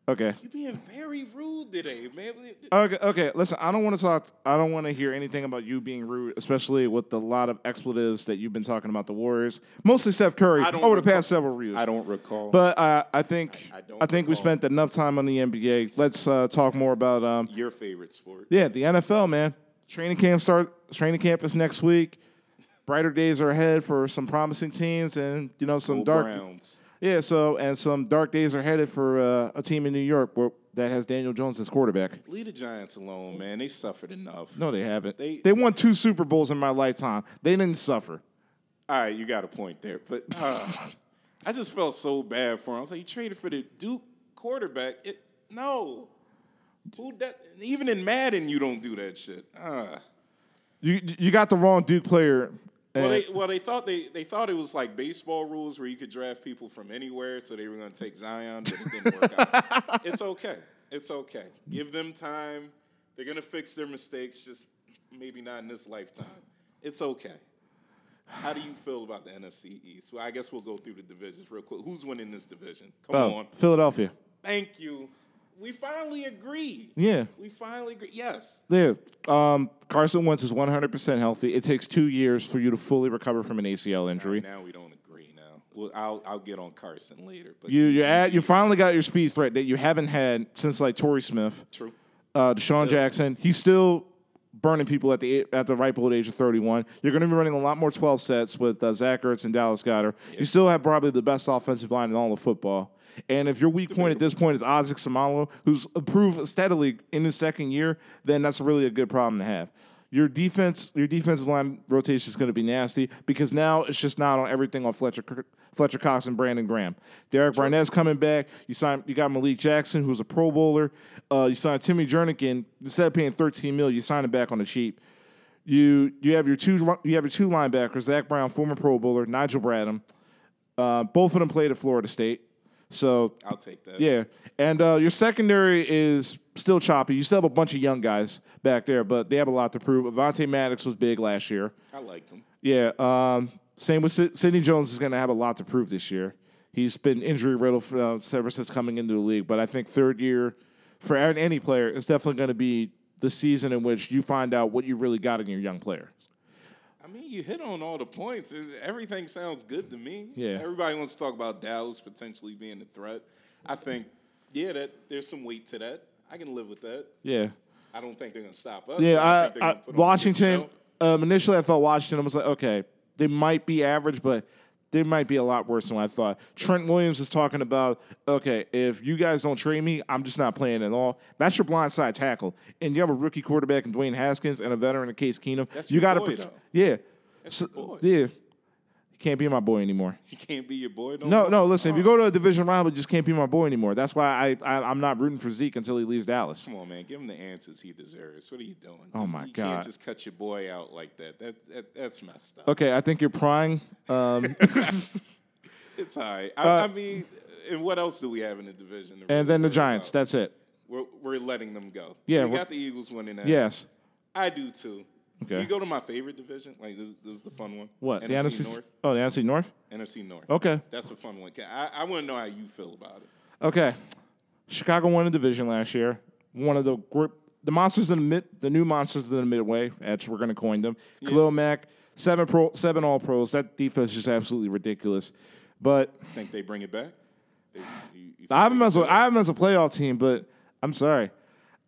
Okay. You're being very rude today, man. Okay, okay. Listen, I don't want to talk. I don't want to hear anything about you being rude, especially with the lot of expletives that you've been talking about the Warriors, mostly Steph Curry I over don't the recall- past several years. I don't recall. But I, I think I, I don't think we recall. spent enough time on the NBA. Let's uh, talk more about um, your favorite sport. yeah, the NFL, man. Training camp start. Training camp is next week. Brighter days are ahead for some promising teams, and you know some Go dark. Browns. Yeah, so and some dark days are headed for uh, a team in New York where, that has Daniel Jones as quarterback. Leave the Giants alone, man. They suffered enough. No, they haven't. They, They- won two Super Bowls in my lifetime. They didn't suffer. All right, you got a point there. But uh, I just felt so bad for him. I was like, you traded for the Duke quarterback. It, no. Who that, even in Madden, you don't do that shit. Uh. You you got the wrong Duke player. Well, And- they, well, they thought they, they thought it was like baseball rules where you could draft people from anywhere, so they were going to take Zion, but it didn't work out. It's okay. It's okay. Give them time. They're going to fix their mistakes, just maybe not in this lifetime. It's okay. How do you feel about the NFC East? Well, I guess we'll go through the divisions real quick. Who's winning this division? Come oh, on. Philadelphia. Thank you. We finally agree. Yeah. We finally agree. Yes. Yeah. Um, Carson Wentz is 100% healthy. It takes two years for you to fully recover from an ACL injury. Now we don't agree now. Well, I'll, I'll get on Carson later. But You you at you finally got your speed threat that you haven't had since like Torrey Smith, True. uh, Deshaun Jackson. He's still burning people at the at the ripe old age of 31. You're going to be running a lot more 12 sets with uh, Zach Ertz and Dallas Goddard. You still have probably the best offensive line in all of football. And if your weak point at this point is Isaac Samalo, who's improved steadily in his second year, then that's really a good problem to have. Your defense, your defensive line rotation is going to be nasty because now it's just not on everything on Fletcher Fletcher Cox and Brandon Graham. Derek Barnett's coming back. You signed, you got Malik Jackson, who's a Pro Bowler. Uh, you signed Timmy Jernigan. Instead of paying 13 mil, you signed him back on the cheap. You you have your two you have your two linebackers, Zach Brown, former Pro Bowler, Nigel Bradham. Uh, both of them played at Florida State. So I'll take that. yeah, and uh, your secondary is still choppy. You still have a bunch of young guys back there, but they have a lot to prove. Avante Maddox was big last year. I liked him. Yeah. Um, same with Sid- Sidney Jones is going to have a lot to prove this year. He's been injury riddled for, uh, ever since coming into the league, but I think third year for an- any player is definitely going to be the season in which you find out what you really got in your young players. I mean, you hit on all the points. and Everything sounds good to me. Yeah. Everybody wants to talk about Dallas potentially being a threat. I think, yeah, that there's some weight to that. I can live with that. Yeah. I don't think they're going to stop us. Yeah, I, I, don't think they're I, gonna put on a good Washington. show. Um, initially, I thought Washington. I was like, okay, they might be average, but they might be a lot worse than what I thought. Trent Williams is talking about, okay, if you guys don't trade me, I'm just not playing at all. That's your blind side tackle. And you have a rookie quarterback in Dwayne Haskins and a veteran in Case Keenum. That's you your gotta boy, protect- though. Yeah. your So- boy. Yeah. He can't be my boy anymore. He can't be your boy. No, more? no. Listen, if you go to a division rival, you just can't be my boy anymore. That's why I, I I'm not rooting for Zeke until he leaves Dallas. Come on, man. Give him the answers he deserves. What are you doing? Oh, my you God. can't just cut your boy out like that. That, that that's messed up. Okay, I think you're prying. Um, It's all right. I, I mean, and what else do we have in the division? to really Uh, and then the worry Giants. about? That's it. we're, we're letting them go. So Yeah, we we're- got the Eagles winning that. Yes. I do too. Okay. You go to my favorite division. Like this, this is the fun one. What? the NFC NFC North. Oh, the NFC North. NFC North. Okay. That's a fun one. Can- I, I want to know how you feel about it. Okay. Chicago won the division last year. One of the group, the monsters in the mid, the new monsters in the midway. That's we're going to coin them. Khalil Mack, seven pro, seven All Pros. That defense is just absolutely ridiculous. But Think they bring it back? They, you, you I have think him they as a, do it? I have him as a playoff team, but I'm sorry.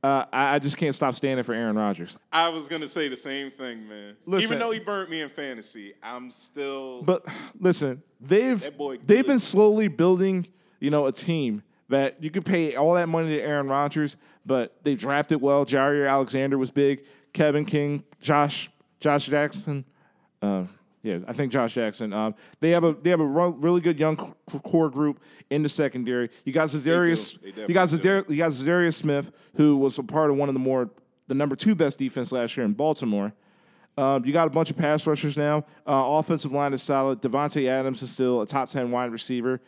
Uh, I, I just can't stop standing for Aaron Rodgers. I was gonna say the same thing, man. Listen. Even though he burnt me in fantasy, I'm still. But listen, they've That boy they've good. been slowly building, you know, a team that you could pay all that money to Aaron Rodgers, but they drafted well. Jair Alexander was big. Kevin King, Josh Josh Jackson, uh, yeah, I think Josh Jackson. Um, they have a they have a ro- really good young c- core group in the secondary. You got Zarius, They you got definitely do. Zarius. Derek- you got Zadarius Smith, who was a part of one of the more the number two best defense last year in Baltimore. Um, you got a bunch of pass rushers now. Uh, offensive line is solid. Devontae Adams is still a top ten wide receiver,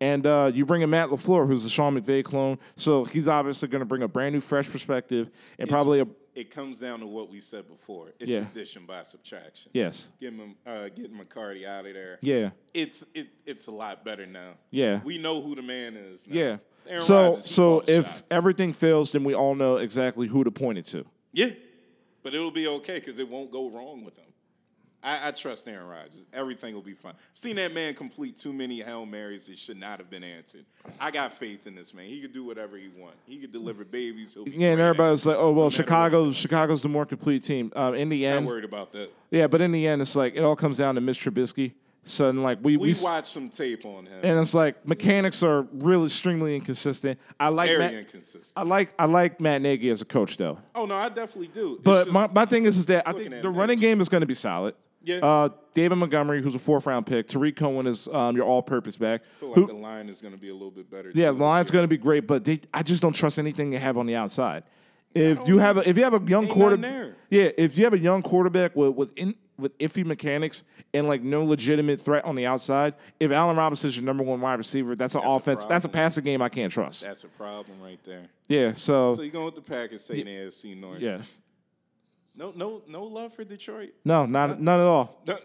and uh, you bring in Matt Lafleur, who's a Sean McVay clone. So he's obviously going to bring a brand new, fresh perspective and probably a it comes down to what we said before. It's Yeah. addition by subtraction. yes, Getting him, uh, getting McCarty out of there. yeah, It's it, it's a lot better now. Yeah. We know who the man is. Now. yeah. Aaron so Rodgers, he so called the if shots. everything fails, then we all know exactly who to point it to. yeah, but it'll be okay because it won't go wrong with him. I, I trust Aaron Rodgers. Everything will be fine. I've seen that man complete too many Hail Marys that should not have been answered. I got faith in this man. He could do whatever he wants. He could deliver babies. He'll be Yeah, and great at it. everybody's like, "Oh well, matter what Chicago, Chicago's the more complete team." Um, in the I'm end, not worried about that. Yeah, but in the end, it's like it all comes down to Mitch Trubisky. So and like we, we, We s- watched some tape on him. and it's like mechanics are really extremely inconsistent. I like Very Matt, inconsistent. I like I like Matt Nagy as a coach though. oh no, I definitely do. It's But just- my, my thing is is that I think looking at the Mitch. running game is going to be solid. Yeah. Uh, David Montgomery, who's a fourth round pick, Tariq Cohen is um, your all purpose back. I feel like Who- the line is going to be a little bit better. yeah, too this line's year. going to be great, but they, I just don't trust anything they have on the outside. If you have a if you have a young Ain't quarter, nothing there. yeah, if you have a young quarterback with with in, with iffy mechanics and like no legitimate threat on the outside, if Allen Robinson's your number one wide receiver, that's an a offense. that's a problem. passing game I can't trust. That's a problem right there. yeah, so, So you going with the Packers, say in the AFC North? yeah, No, no, no love for Detroit. no, not none at all. No.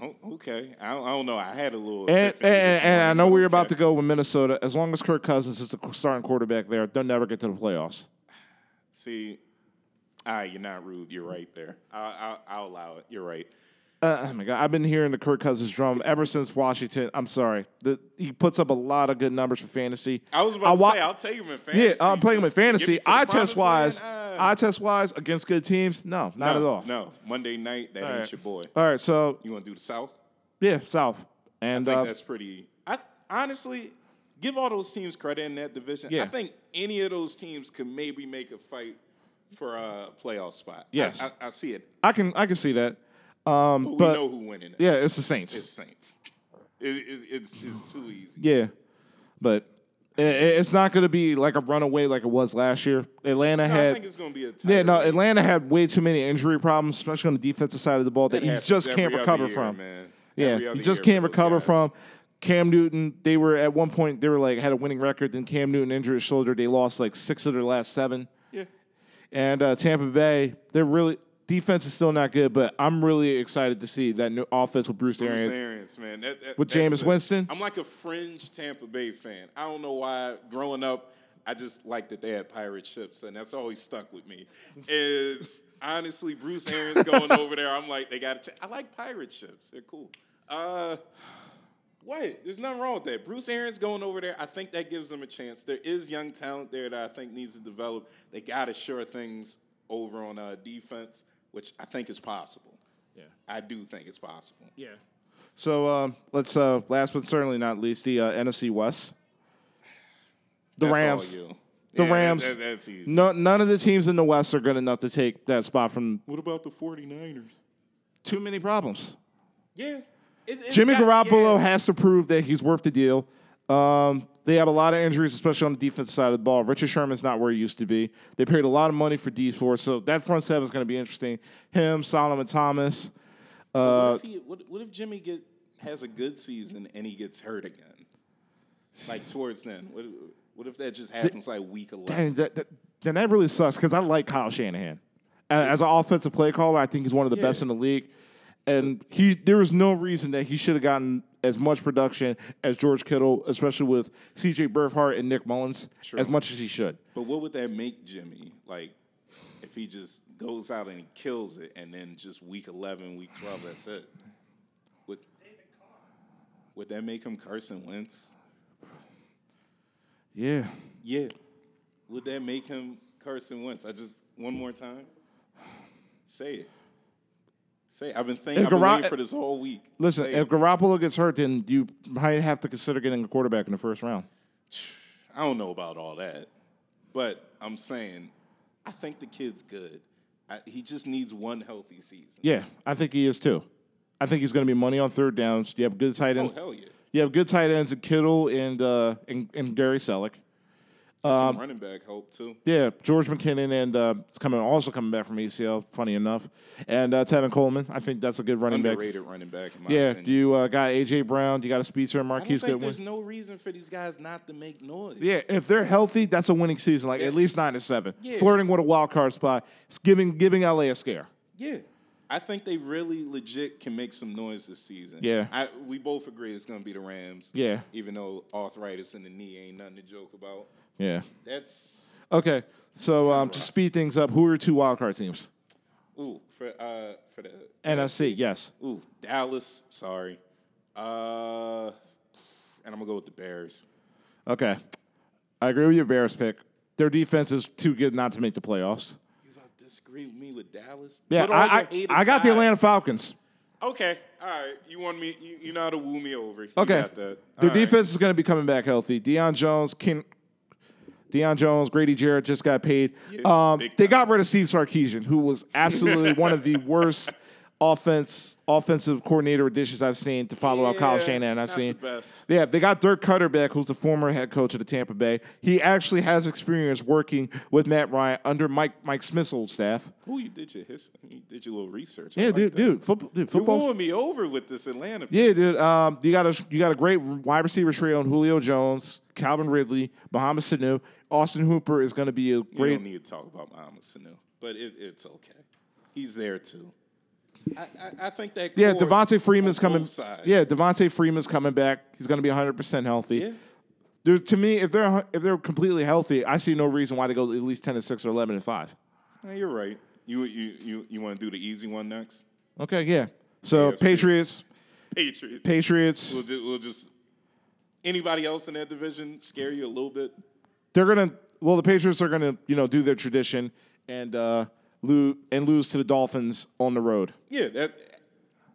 Oh, okay. I don't, I don't know. I had a little. And, epiphany this and, and I morning, know but we we're about okay. to go with Minnesota. As long as Kirk Cousins is the starting quarterback there, they'll never get to the playoffs. See, ah, you're not rude. You're right there. I, I, I'll allow it. You're right. Uh, oh my god, I've been hearing the Kirk Cousins drum ever since Washington. I'm sorry, the, he puts up a lot of good numbers for fantasy. I was about to wa- say I'll take him in yeah, fantasy. I'm playing him in Just get me fantasy. to the Eye promised test wise, land. Ah. eye test wise against good teams, no, not no, at all. No, Monday night. That All ain't right. your boy. All right, so You want to do the South? yeah, South and I think uh, that's pretty. I honestly give all those teams credit in that division. Yeah. I think any of those teams could maybe make a fight for a playoff spot. I- Yes. I, I see it. I can I can see that. But, But- we know who winning. It. Yeah, it's the Saints. It's Saints. It, it, it's it's too easy. yeah, but i- i it's not going to be like a runaway like it was last year. Atlanta No, I had think it's gonna be a tight Yeah, no, race. Atlanta had way too many injury problems, especially on the defensive side of the ball, that, That you happens just every can't other recover year, from. man. Yeah, Every you other just year can't for those recover guys. from. Cam Newton, they were at one point, they were like, had a winning record. Then Cam Newton injured his shoulder. They lost like six of their last seven. Yeah. And uh, Tampa Bay, they're really, defense is still not good, but I'm really excited to see that new offense with Bruce, Bruce Arians. Arians, man. That- that- With that's Jameis it. Winston? I'm like a fringe Tampa Bay fan. I don't know why. Growing up, I just liked that they had pirate ships, and that's always stuck with me. And honestly, Bruce Arians going over there, I'm like, they got to. I like pirate ships. They're cool. Uh, what? There's nothing wrong with that. Bruce Arians going over there. I think that gives them a chance. There is young talent there that I think needs to develop. They got to shore things over on uh, defense, which I think is possible. Yeah, I do think it's possible. Yeah. So um, let's uh, last but certainly not least the uh, NFC West. The That's all Rams. you. The Yeah, that- Rams. that- that's easy. No, none of the teams in the West are good enough to take that spot from What about the 49ers? too many problems. Yeah. It's, it's Jimmy got- Garoppolo yeah. has to prove that he's worth the deal. Um, they have a lot of injuries, especially on the defense side of the ball. Richard Sherman's not where he used to be. They paid a lot of money for D four, so that front seven is going to be interesting. Him, Solomon Thomas. Uh, what, if he, what, what if Jimmy get, has a good season and he gets hurt again? Like towards then. What, what if that just happens like week 11? And that, that, then that really sucks because I like Kyle Shanahan A- as an offensive play caller. I think he's one of the Yeah. best in the league, and he there was no reason that he should have gotten as much production as George Kittle, especially with C.J. Burfhart and Nick Mullins, as much as he should. But what would that make Jimmy? Like, if he just goes out and he kills it, and then just week 11, week 12, that's it. Would, would that make him Carson Wentz? Yeah. Yeah. Would that make him Carson Wentz? I just, one more time. Say it. Say it. I've been thinking, I've been Garopp- waiting for this whole week. Listen, Say if it. Garoppolo gets hurt, then you might have to consider getting a quarterback in the first round. I don't know about all that, but I'm saying, I think the kid's good. I, he just needs one healthy season. Yeah, I think he is too. I think he's going to be money on third downs. You have good tight Oh, end. hell yeah. you have good tight ends in Kittle and uh, and, and Gary Selleck. Um, Some running back help, too. Yeah, George McKinnon and uh, it's coming also coming back from ACL. Funny enough, and uh, Tevin Coleman. I think that's a good running back. underrated running back. In my Yeah, opinion. you uh, got AJ Brown. You got a speedster and I don't Marquise think there's Goodwin. no reason for these guys not to make noise. Yeah, if they're healthy, that's a winning season. Like at least nine to seven, Yeah. flirting with a wild card spot. It's giving giving LA a scare. yeah. I think they really legit can make some noise this season. Yeah. I, we both agree it's going to be the Rams. Yeah. even though arthritis in the knee ain't nothing to joke about. Yeah. That's Okay, so um, to speed things up, who are your two wild card teams? ooh for uh for the NFC, yes. ooh Dallas. Sorry, uh, and I'm gonna go with the Bears. Okay, I agree with your Bears pick. Their defense is too good not to make the playoffs. You about to disagree with me with Dallas? Yeah, Put all your I, I, hate I got the aside. Atlanta Falcons. Okay, all right. You want me? You, you know how to woo me over. You Okay, got that. All their right. defense is going to be coming back healthy. Deion Jones, Ken, Deion Jones, Grady Jarrett just got paid. Yeah, um, big they time. got rid of Steve Sarkeesian, who was absolutely one of the worst offense offensive coordinator additions I've seen to follow up Kyle Yeah, Shanahan. I've not seen. the best. Yeah, they got Dirk Cutter back, who's the former head coach of the Tampa Bay. He actually has experience working with Matt Ryan under Mike Mike Smith's old staff. Ooh, you did your history. You did your little research. I Yeah, like dude, that. dude, football, dude, You're football. wooing me over with this Atlanta. Yeah, dude. Um, you got a you got a great wide receiver trio in Julio Jones, Calvin Ridley, Muhammad Sanu, Austin Hooper is going to be a we great. don't need to talk about Mohamed Sanu, but it, it's okay. He's there too. I, I, I think that. yeah, core Devontae Freeman's on coming. Both sides. Yeah, Devontae Freeman's coming back. He's going to be 100 percent healthy. Yeah. There- to me, if they're hu- if they're completely healthy, I see no reason why they go at least 10 and six or 11 and five. Yeah, you're right. You you you, you want to do the easy one next? Okay, yeah. So AFC. Patriots, Patriots. Patriots, We'll just, we'll just. Anybody else in that division scare you a little bit? they're gonna. Well, the Patriots are gonna you know do their tradition and uh, lose and lose to the Dolphins on the road. Yeah, that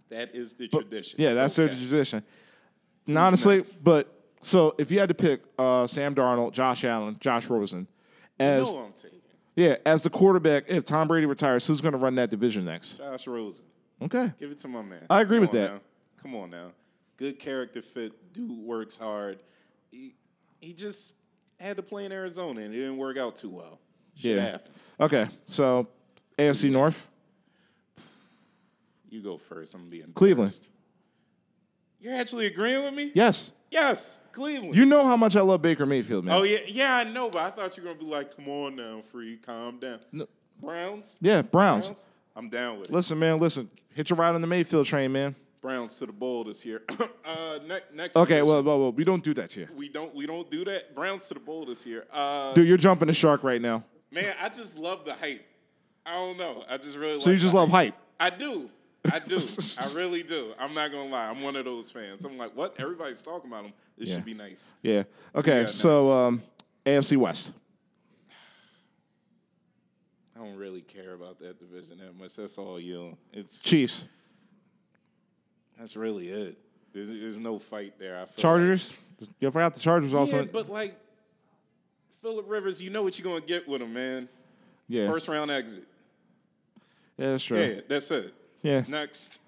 that is the tradition. Yeah, It's that's okay. their tradition. And honestly, next? but so if you had to pick uh, Sam Darnold, Josh Allen, Josh Rosen, as No, I'm taking yeah, as the quarterback, if Tom Brady retires, who's going to run that division next? Josh Rosen. Okay, Give it to my man. I agree Come with on that. now. Come on now. Good character fit. Dude works hard. He, he just had to play in Arizona and it didn't work out too well. Shit Yeah. happens. okay. So AFC North, You go first. I'm being Cleveland. You're actually agreeing with me? yes. Yes, Cleveland. You know how much I love Baker Mayfield, man. oh yeah, yeah, I know, but I thought you were gonna be like, come on now, free, calm down. Browns? yeah, Browns. Browns? I'm down with it. Listen, man, listen. Hit your ride on the Mayfield train, man. Browns to the bowl this year. uh, ne- next. Okay, division. well, well, well, we don't do that here, we don't we don't do that. Browns to the bowl this year. Uh, dude. You're jumping the shark right now. Man, I just love the hype. I don't know. I just really. So you like just the love hype. I do. I do. I really do. I'm not gonna lie. I'm one of those fans. I'm like, what? Everybody's talking about him. This Yeah. should be nice. Yeah. Okay. Yeah, so nice. um, AFC West. I don't really care about that division that much. That's all you. It's Chiefs. that's really it. There's, there's no fight there. I feel Chargers. You forgot the Chargers Like. also. Yeah, but like Philip Rivers, you know what you're gonna get with him, man. yeah. First round exit. yeah, that's true. Yeah, that's it. Yeah. Next.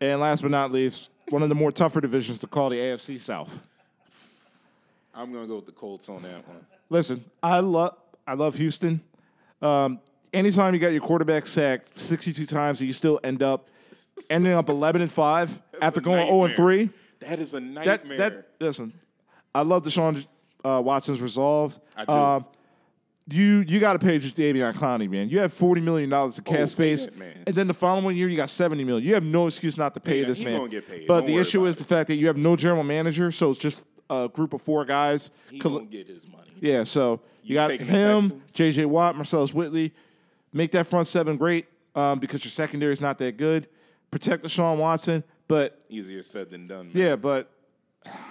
And last but not least, one of the more tougher divisions to call the AFC South. I'm gonna go with the Colts on that one. Listen, I love I love Houston. Um, anytime you got your quarterback sacked 62 times and you still end up ending up 11 and 5 after a going 0 and nightmare. 3, That is a that nightmare. that listen, I love Deshaun uh, Watson's resolve. I do. Um, you you got to pay Davion Clowney, man. You have forty million dollars in pay cash space, that Oh, man. and then the following year you got seventy million. You have no excuse not to pay Yeah, this he man. gonna get paid. But Don't the worry issue about is the fact that you have no general manager, so it's just a group of four guys. he coll- gonna get his money. yeah, so you, You got taking the him, J.J. Watt, Marcellus Whitley. Make that front seven great um, because your secondary is not that good. Protect the Deshaun Watson, but Easier said than done. Man. yeah, but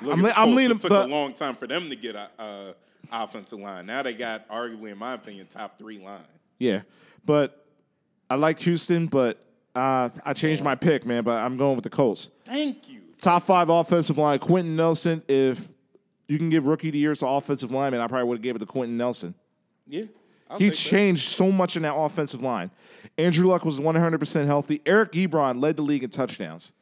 Look at I'm le- the I'm Colts. leaning- It took but- a long time for them to get a uh, offensive line. Now they got arguably, in my opinion, top three line. Yeah, but I like Houston, but uh, I changed my pick, man. But I'm going with the Colts. Thank you. Top five offensive line, Quentin Nelson. If you can give rookie of the year to offensive lineman, I probably would have gave it to Quentin Nelson. Yeah. I'll He take that. changed so much in that offensive line. Andrew Luck was 100% healthy. Eric Ebron led the league in touchdowns.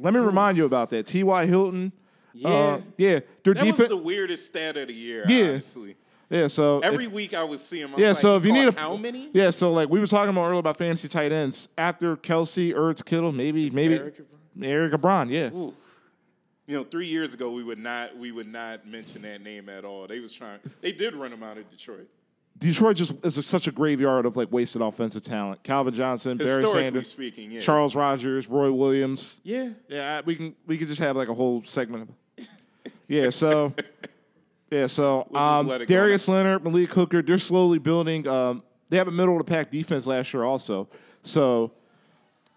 Let me remind you about that. T.Y. Hilton. Yeah. Yeah. yeah. Their That was uh, defense. the weirdest stat of the year, Yeah. honestly. yeah, so. if- Every week I would see him. I was Yeah, like, so if you need a how many? Yeah, so like we were talking about earlier about fantasy tight ends. After Kelsey, Ertz, Kittle, maybe maybe Eric Eric Ebron, yeah. You know, three years ago we would not we would not mention that name at all. They was trying. They did run him out of Detroit. Detroit just is such a graveyard of like wasted offensive talent. Calvin Johnson, Barry Historically Sanders, speaking, yeah. Charles Rogers, Roy Williams. Yeah. Yeah, I- we can we could just have like a whole segment. of Yeah, so yeah, so just um, let it go. Darius Leonard, Malik Hooker, they're slowly building. Um, they have a middle of the pack defense last year, also. So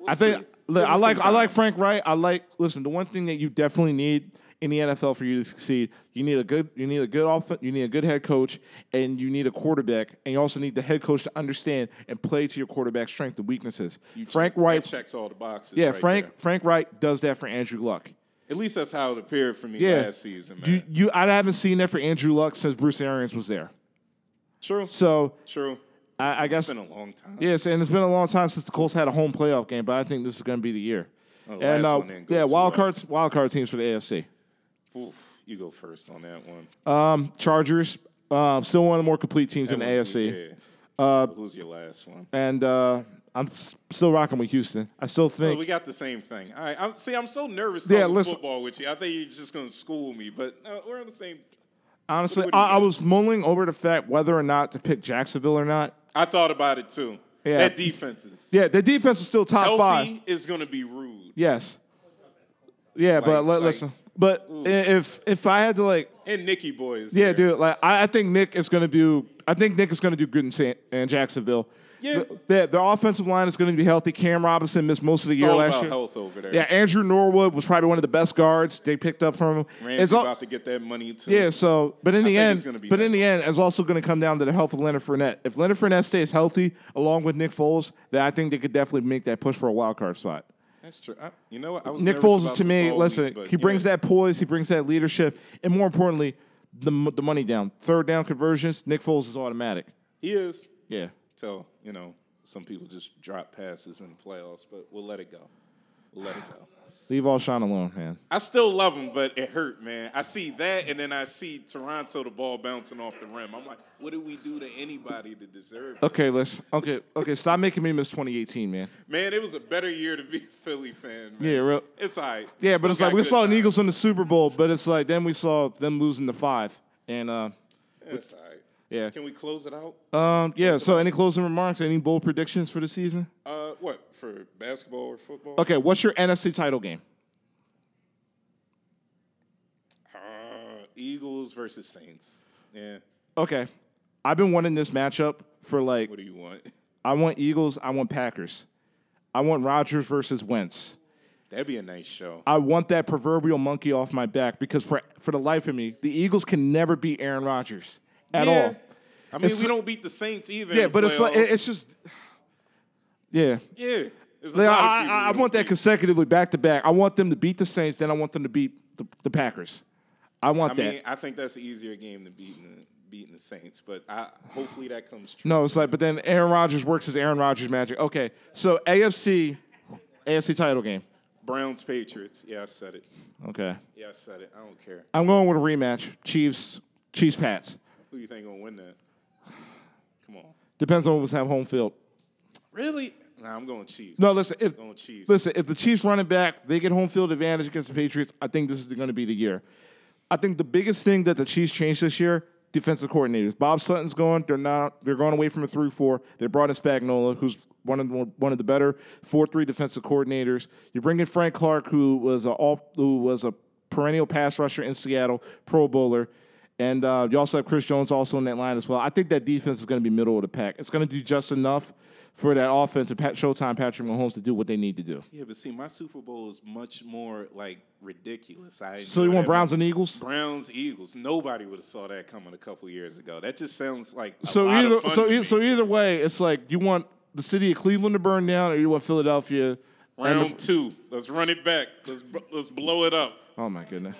I think see. look, Give I us like some I time. like Frank Wright. I like listen. The one thing that you definitely need in the NFL for you to succeed, you need a good you need a good off you need a good head coach, and you need a quarterback, and you also need the head coach to understand and play to your quarterback's strengths and weaknesses. Frank That Wright, checks all the boxes. yeah, right Frank there. Frank Wright does that for Andrew Luck. At least that's how it appeared for me Yeah. last season, man. You, you, I haven't seen that for Andrew Luck since Bruce Arians was there. True. So True. I, I It's guess been a long time. yes, and it's been a long time since the Colts had a home playoff game, but I think this is going to be the year. Oh, the and last uh, one didn't go yeah, too well. wild cards, wild card teams for the AFC. Ooh, you go first on that one. Chargers, um, still one of the more complete teams in That the one's- AFC, yeah. Uh, But Who's your last one? and uh, I'm s- still rocking with Houston. I still Well, think we got the same thing. All right. I'm, see, I'm so nervous Yeah, talking listen- football with you. I think you're just going to school me, but uh, we're on the same. honestly, what do you I, I got? was mulling over the fact whether or not to pick Jacksonville or not. I thought about it too. Yeah. That defense is Yeah, the defense is still top five. healthy is going to be rude. Yes. Yeah, but li- like- listen. But i- if if I had to like, And Nicky boy is yeah, there. dude, like I, I think Nick is gonna do. I think Nick is gonna do good in, San, in Jacksonville. Yeah. Th- their, their offensive line is gonna be healthy. Cam Robinson missed most of the It's year all last about year. health over there. Yeah, Andrew Norwood was probably one of the best guards they picked up from him. Ramsey's It's all- about to get that money too. yeah, so but in the think end, it's gonna be but Nick. in the end, it's also going to come down to the health of Leonard Fournette. If Leonard Fournette stays healthy along with Nick Foles, then I think they could definitely make that push for a wild card spot. that's true. I, you know what? I was Nick nervous Foles is about to this me. all Listen, week, but, he you brings know, that poise. He brings that leadership, and more importantly, the mo- the money down, third down conversions. Nick Foles is automatic. He is. Yeah, Till you know, some people just drop passes in the playoffs, but we'll let it go. We'll let it go. leave all Sean alone, man. I still love him, but it hurt, man. I see that, and then I see Toronto the ball bouncing off the rim. I'm like, what did we do to anybody to deserve? this? Okay, let's okay okay. Stop making me miss 2018, man. Man, it was a better year to be a Philly fan. Man. Yeah, real- It's all right. Yeah, but it's Still like we got saw good an Eagles times. win the Super Bowl, but it's like then we saw them losing the five, and uh, It's all right. Yeah. Can we close it out? um, yeah. So any closing remarks? Any bold predictions for the season? Uh, what for basketball or football? Okay, what's your NFC title game? Uh, Eagles versus Saints. Yeah. Okay, I've been wanting this matchup for like What do you want? I want Eagles. I want Packers. I want Rodgers versus Wentz. That'd be a nice show. I want that proverbial monkey off my back because for for the life of me, the Eagles can never beat Aaron Rodgers at Yeah. all. I mean, It's- we don't beat the Saints either. in Yeah, the but it's like playoffs. it- it's just yeah. yeah, it's There's a Like, lot of I, people I, I who don't want that think- consecutively back to back. I want them to beat the Saints, then I want them to beat the, the Packers. I want I that. mean, I think that's an easier game than beating the beating the Saints, but I hopefully that comes true. no, it's like, but then Aaron Rodgers works his Aaron Rodgers magic. Okay, so AFC, AFC title game. Browns Patriots. Yeah, I said it. Okay, Yeah, I said it. I don't care. I'm going with a rematch. Chiefs, Chiefs, Pats. Who you think gonna win that? Come on. Depends on what's have home field. Really? Nah, I'm going Chiefs. No, listen. If Going Chiefs. listen, if the Chiefs running back, they get home field advantage against the Patriots. I think this is going to be the year. I think the biggest thing that the Chiefs changed this year: defensive coordinators. Bob Sutton's gone. They're not. They're going away from a three-four. They brought in Spagnola, who's one of the, one of the better four-three defensive coordinators. You bring in Frank Clark, who was a all, who was a perennial pass rusher in Seattle, Pro Bowler. And uh, you also have Chris Jones also in that line as well. I think that defense is going to be middle of the pack. It's going to do just enough for that offense and Pat Showtime Patrick Mahomes to do what they need to do. Yeah, but see, my Super Bowl is much more like ridiculous. I So you enjoy want that Browns more. and Eagles? Browns Eagles. Nobody would have saw that coming a couple years ago. That just sounds like a So lot of either fun so to e- me. so either way, it's like you want the city of Cleveland to burn down, or you want Philadelphia. and the- round two. Let's run it back. Let's br- let's blow it up. oh my goodness.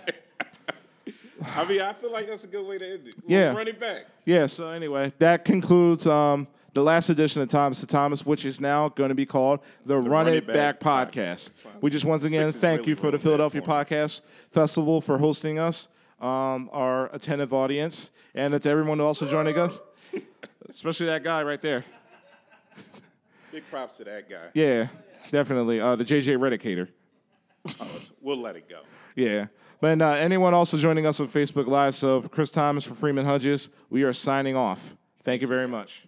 I mean, I feel like that's a good way to end it. We'll Yeah. run it back. Yeah. So anyway, that concludes um, the last edition of Thomas to Thomas, which is now going to be called the, Run, It Back, podcast. We just once again Six is thank really you for the ruined that Philadelphia for me. Podcast Festival for hosting us, um, our attentive audience, and it's everyone also joining us, especially that guy right there. Big props to that guy. Yeah, definitely. Uh, the JJ Redicator. We'll let it go. Yeah. But uh, anyone also joining us on Facebook Live, so for Chris Thomas for Freeman Hudges, we are signing off. Thank you very much.